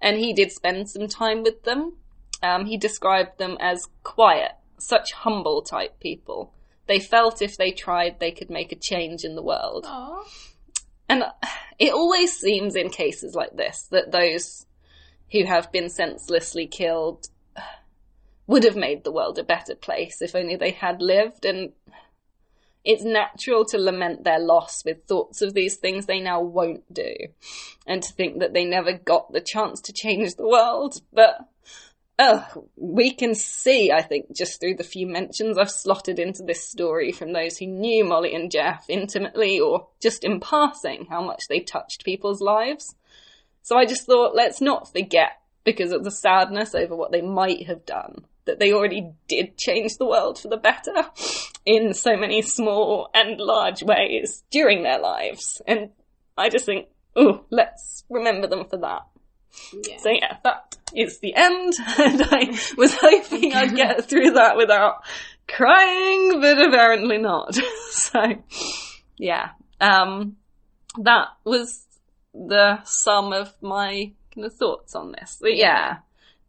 Speaker 1: and he did spend some time with them. Um, he described them as quiet, such humble type people. They felt if they tried, they could make a change in the world. And it always seems in cases like this that those who have been senselessly killed would have made the world a better place if only they had lived. And it's natural to lament their loss with thoughts of these things they now won't do and to think that they never got the chance to change the world. But Oh, we can see, I think, just through the few mentions I've slotted into this story from those who knew Molly and Jeff intimately or just in passing, how much they touched people's lives. So I just thought, let's not forget, because of the sadness over what they might have done, that they already did change the world for the better in so many small and large ways during their lives. And I just think, oh, let's remember them for that.
Speaker 2: Yeah.
Speaker 1: So yeah, that is the end. And I was hoping I'd get through that without crying, but apparently not. So yeah, um, that was the sum of my kind of thoughts on this. But yeah,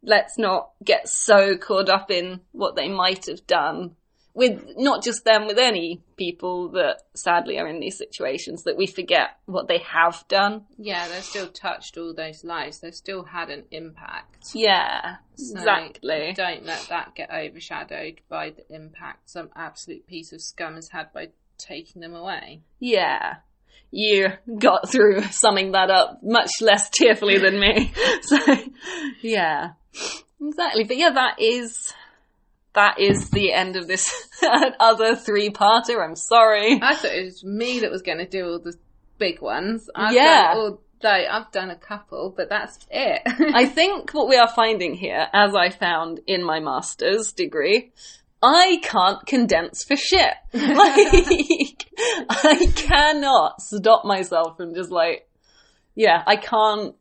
Speaker 1: let's not get so caught up in what they might have done with not just them, with any people that sadly are in these situations that we forget what they have done.
Speaker 2: yeah, they still touched all those lives. They still had an impact.
Speaker 1: Yeah,
Speaker 2: So
Speaker 1: exactly.
Speaker 2: Don't let that get overshadowed by the impact some absolute piece of scum has had by taking them away.
Speaker 1: Yeah. You got through summing that up much less tearfully than me. So, yeah. Exactly. But yeah, that is, that is the end of this other three parter. I'm sorry.
Speaker 2: I thought it was me that was going to do all the big ones. I've
Speaker 1: Yeah.
Speaker 2: Done all, though I've done a couple, but that's it.
Speaker 1: I think what we are finding here, as I found in my master's degree, I can't condense for shit. Like, I cannot stop myself from just like, yeah, I can't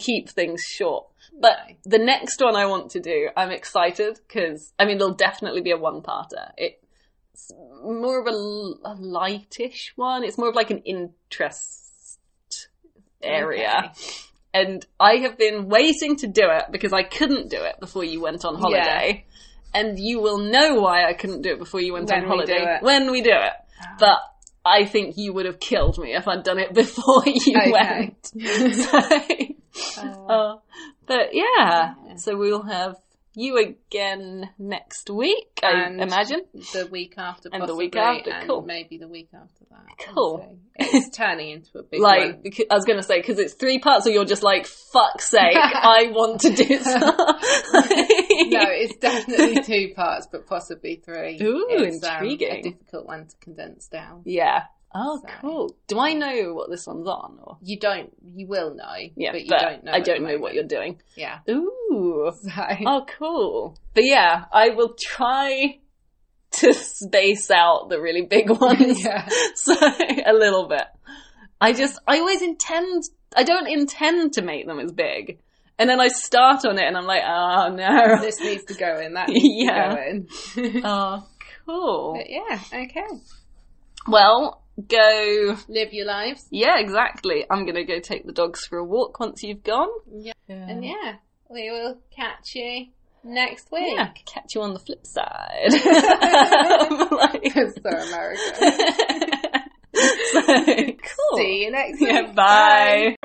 Speaker 1: keep things short. But the next one I want to do, I'm excited because, I mean, it'll definitely be a one-parter. It's more of a, l- a lightish one. It's more of like an interest area.
Speaker 2: Okay.
Speaker 1: And I have been waiting to do it because I couldn't do it before you went on holiday. And you will know why I couldn't do it before you went
Speaker 2: When
Speaker 1: on
Speaker 2: we
Speaker 1: holiday
Speaker 2: do it. Ah.
Speaker 1: when we do it. But I think you would have killed me if I'd done it before you
Speaker 2: Okay.
Speaker 1: went. So,
Speaker 2: Oh,
Speaker 1: uh, but yeah.
Speaker 2: Yeah.
Speaker 1: so we'll have you again next week,
Speaker 2: And-
Speaker 1: I imagine.
Speaker 2: the week after,
Speaker 1: And the week
Speaker 2: possibly,
Speaker 1: after,
Speaker 2: and
Speaker 1: cool.
Speaker 2: maybe the week after that.
Speaker 1: Cool.
Speaker 2: So it's turning into a big
Speaker 1: Like,
Speaker 2: one.
Speaker 1: becau- I was going to say, because it's three parts, so you're just like, fuck's sake, I want to do this.
Speaker 2: No, it's definitely two parts, but possibly three.
Speaker 1: Ooh,
Speaker 2: it's, um,
Speaker 1: intriguing.
Speaker 2: a difficult one to condense down.
Speaker 1: Yeah. Oh,
Speaker 2: So-
Speaker 1: cool. Do I know what this one's on? Or
Speaker 2: You don't. You will know.
Speaker 1: yeah,
Speaker 2: but you don't know.
Speaker 1: I
Speaker 2: at the
Speaker 1: don't know what
Speaker 2: moment.
Speaker 1: you're doing.
Speaker 2: Yeah.
Speaker 1: Ooh.
Speaker 2: So-
Speaker 1: Oh, cool. But yeah, I will try to space out the really big ones
Speaker 2: yeah.
Speaker 1: so a little bit. I just, I always intend, I don't intend to make them as big, and then I start on it and I'm like, oh no.
Speaker 2: This needs to go in. That needs
Speaker 1: Yeah.
Speaker 2: to go in.
Speaker 1: Oh, cool.
Speaker 2: But yeah. Okay.
Speaker 1: Well, go.
Speaker 2: Live your lives.
Speaker 1: Yeah, exactly. I'm gonna go take the dogs for a walk once you've gone.
Speaker 2: Yeah. And yeah, we will catch you next week.
Speaker 1: Yeah, catch you on the flip side. Like-
Speaker 2: so American.
Speaker 1: So, cool.
Speaker 2: See you next week.
Speaker 1: Yeah, bye.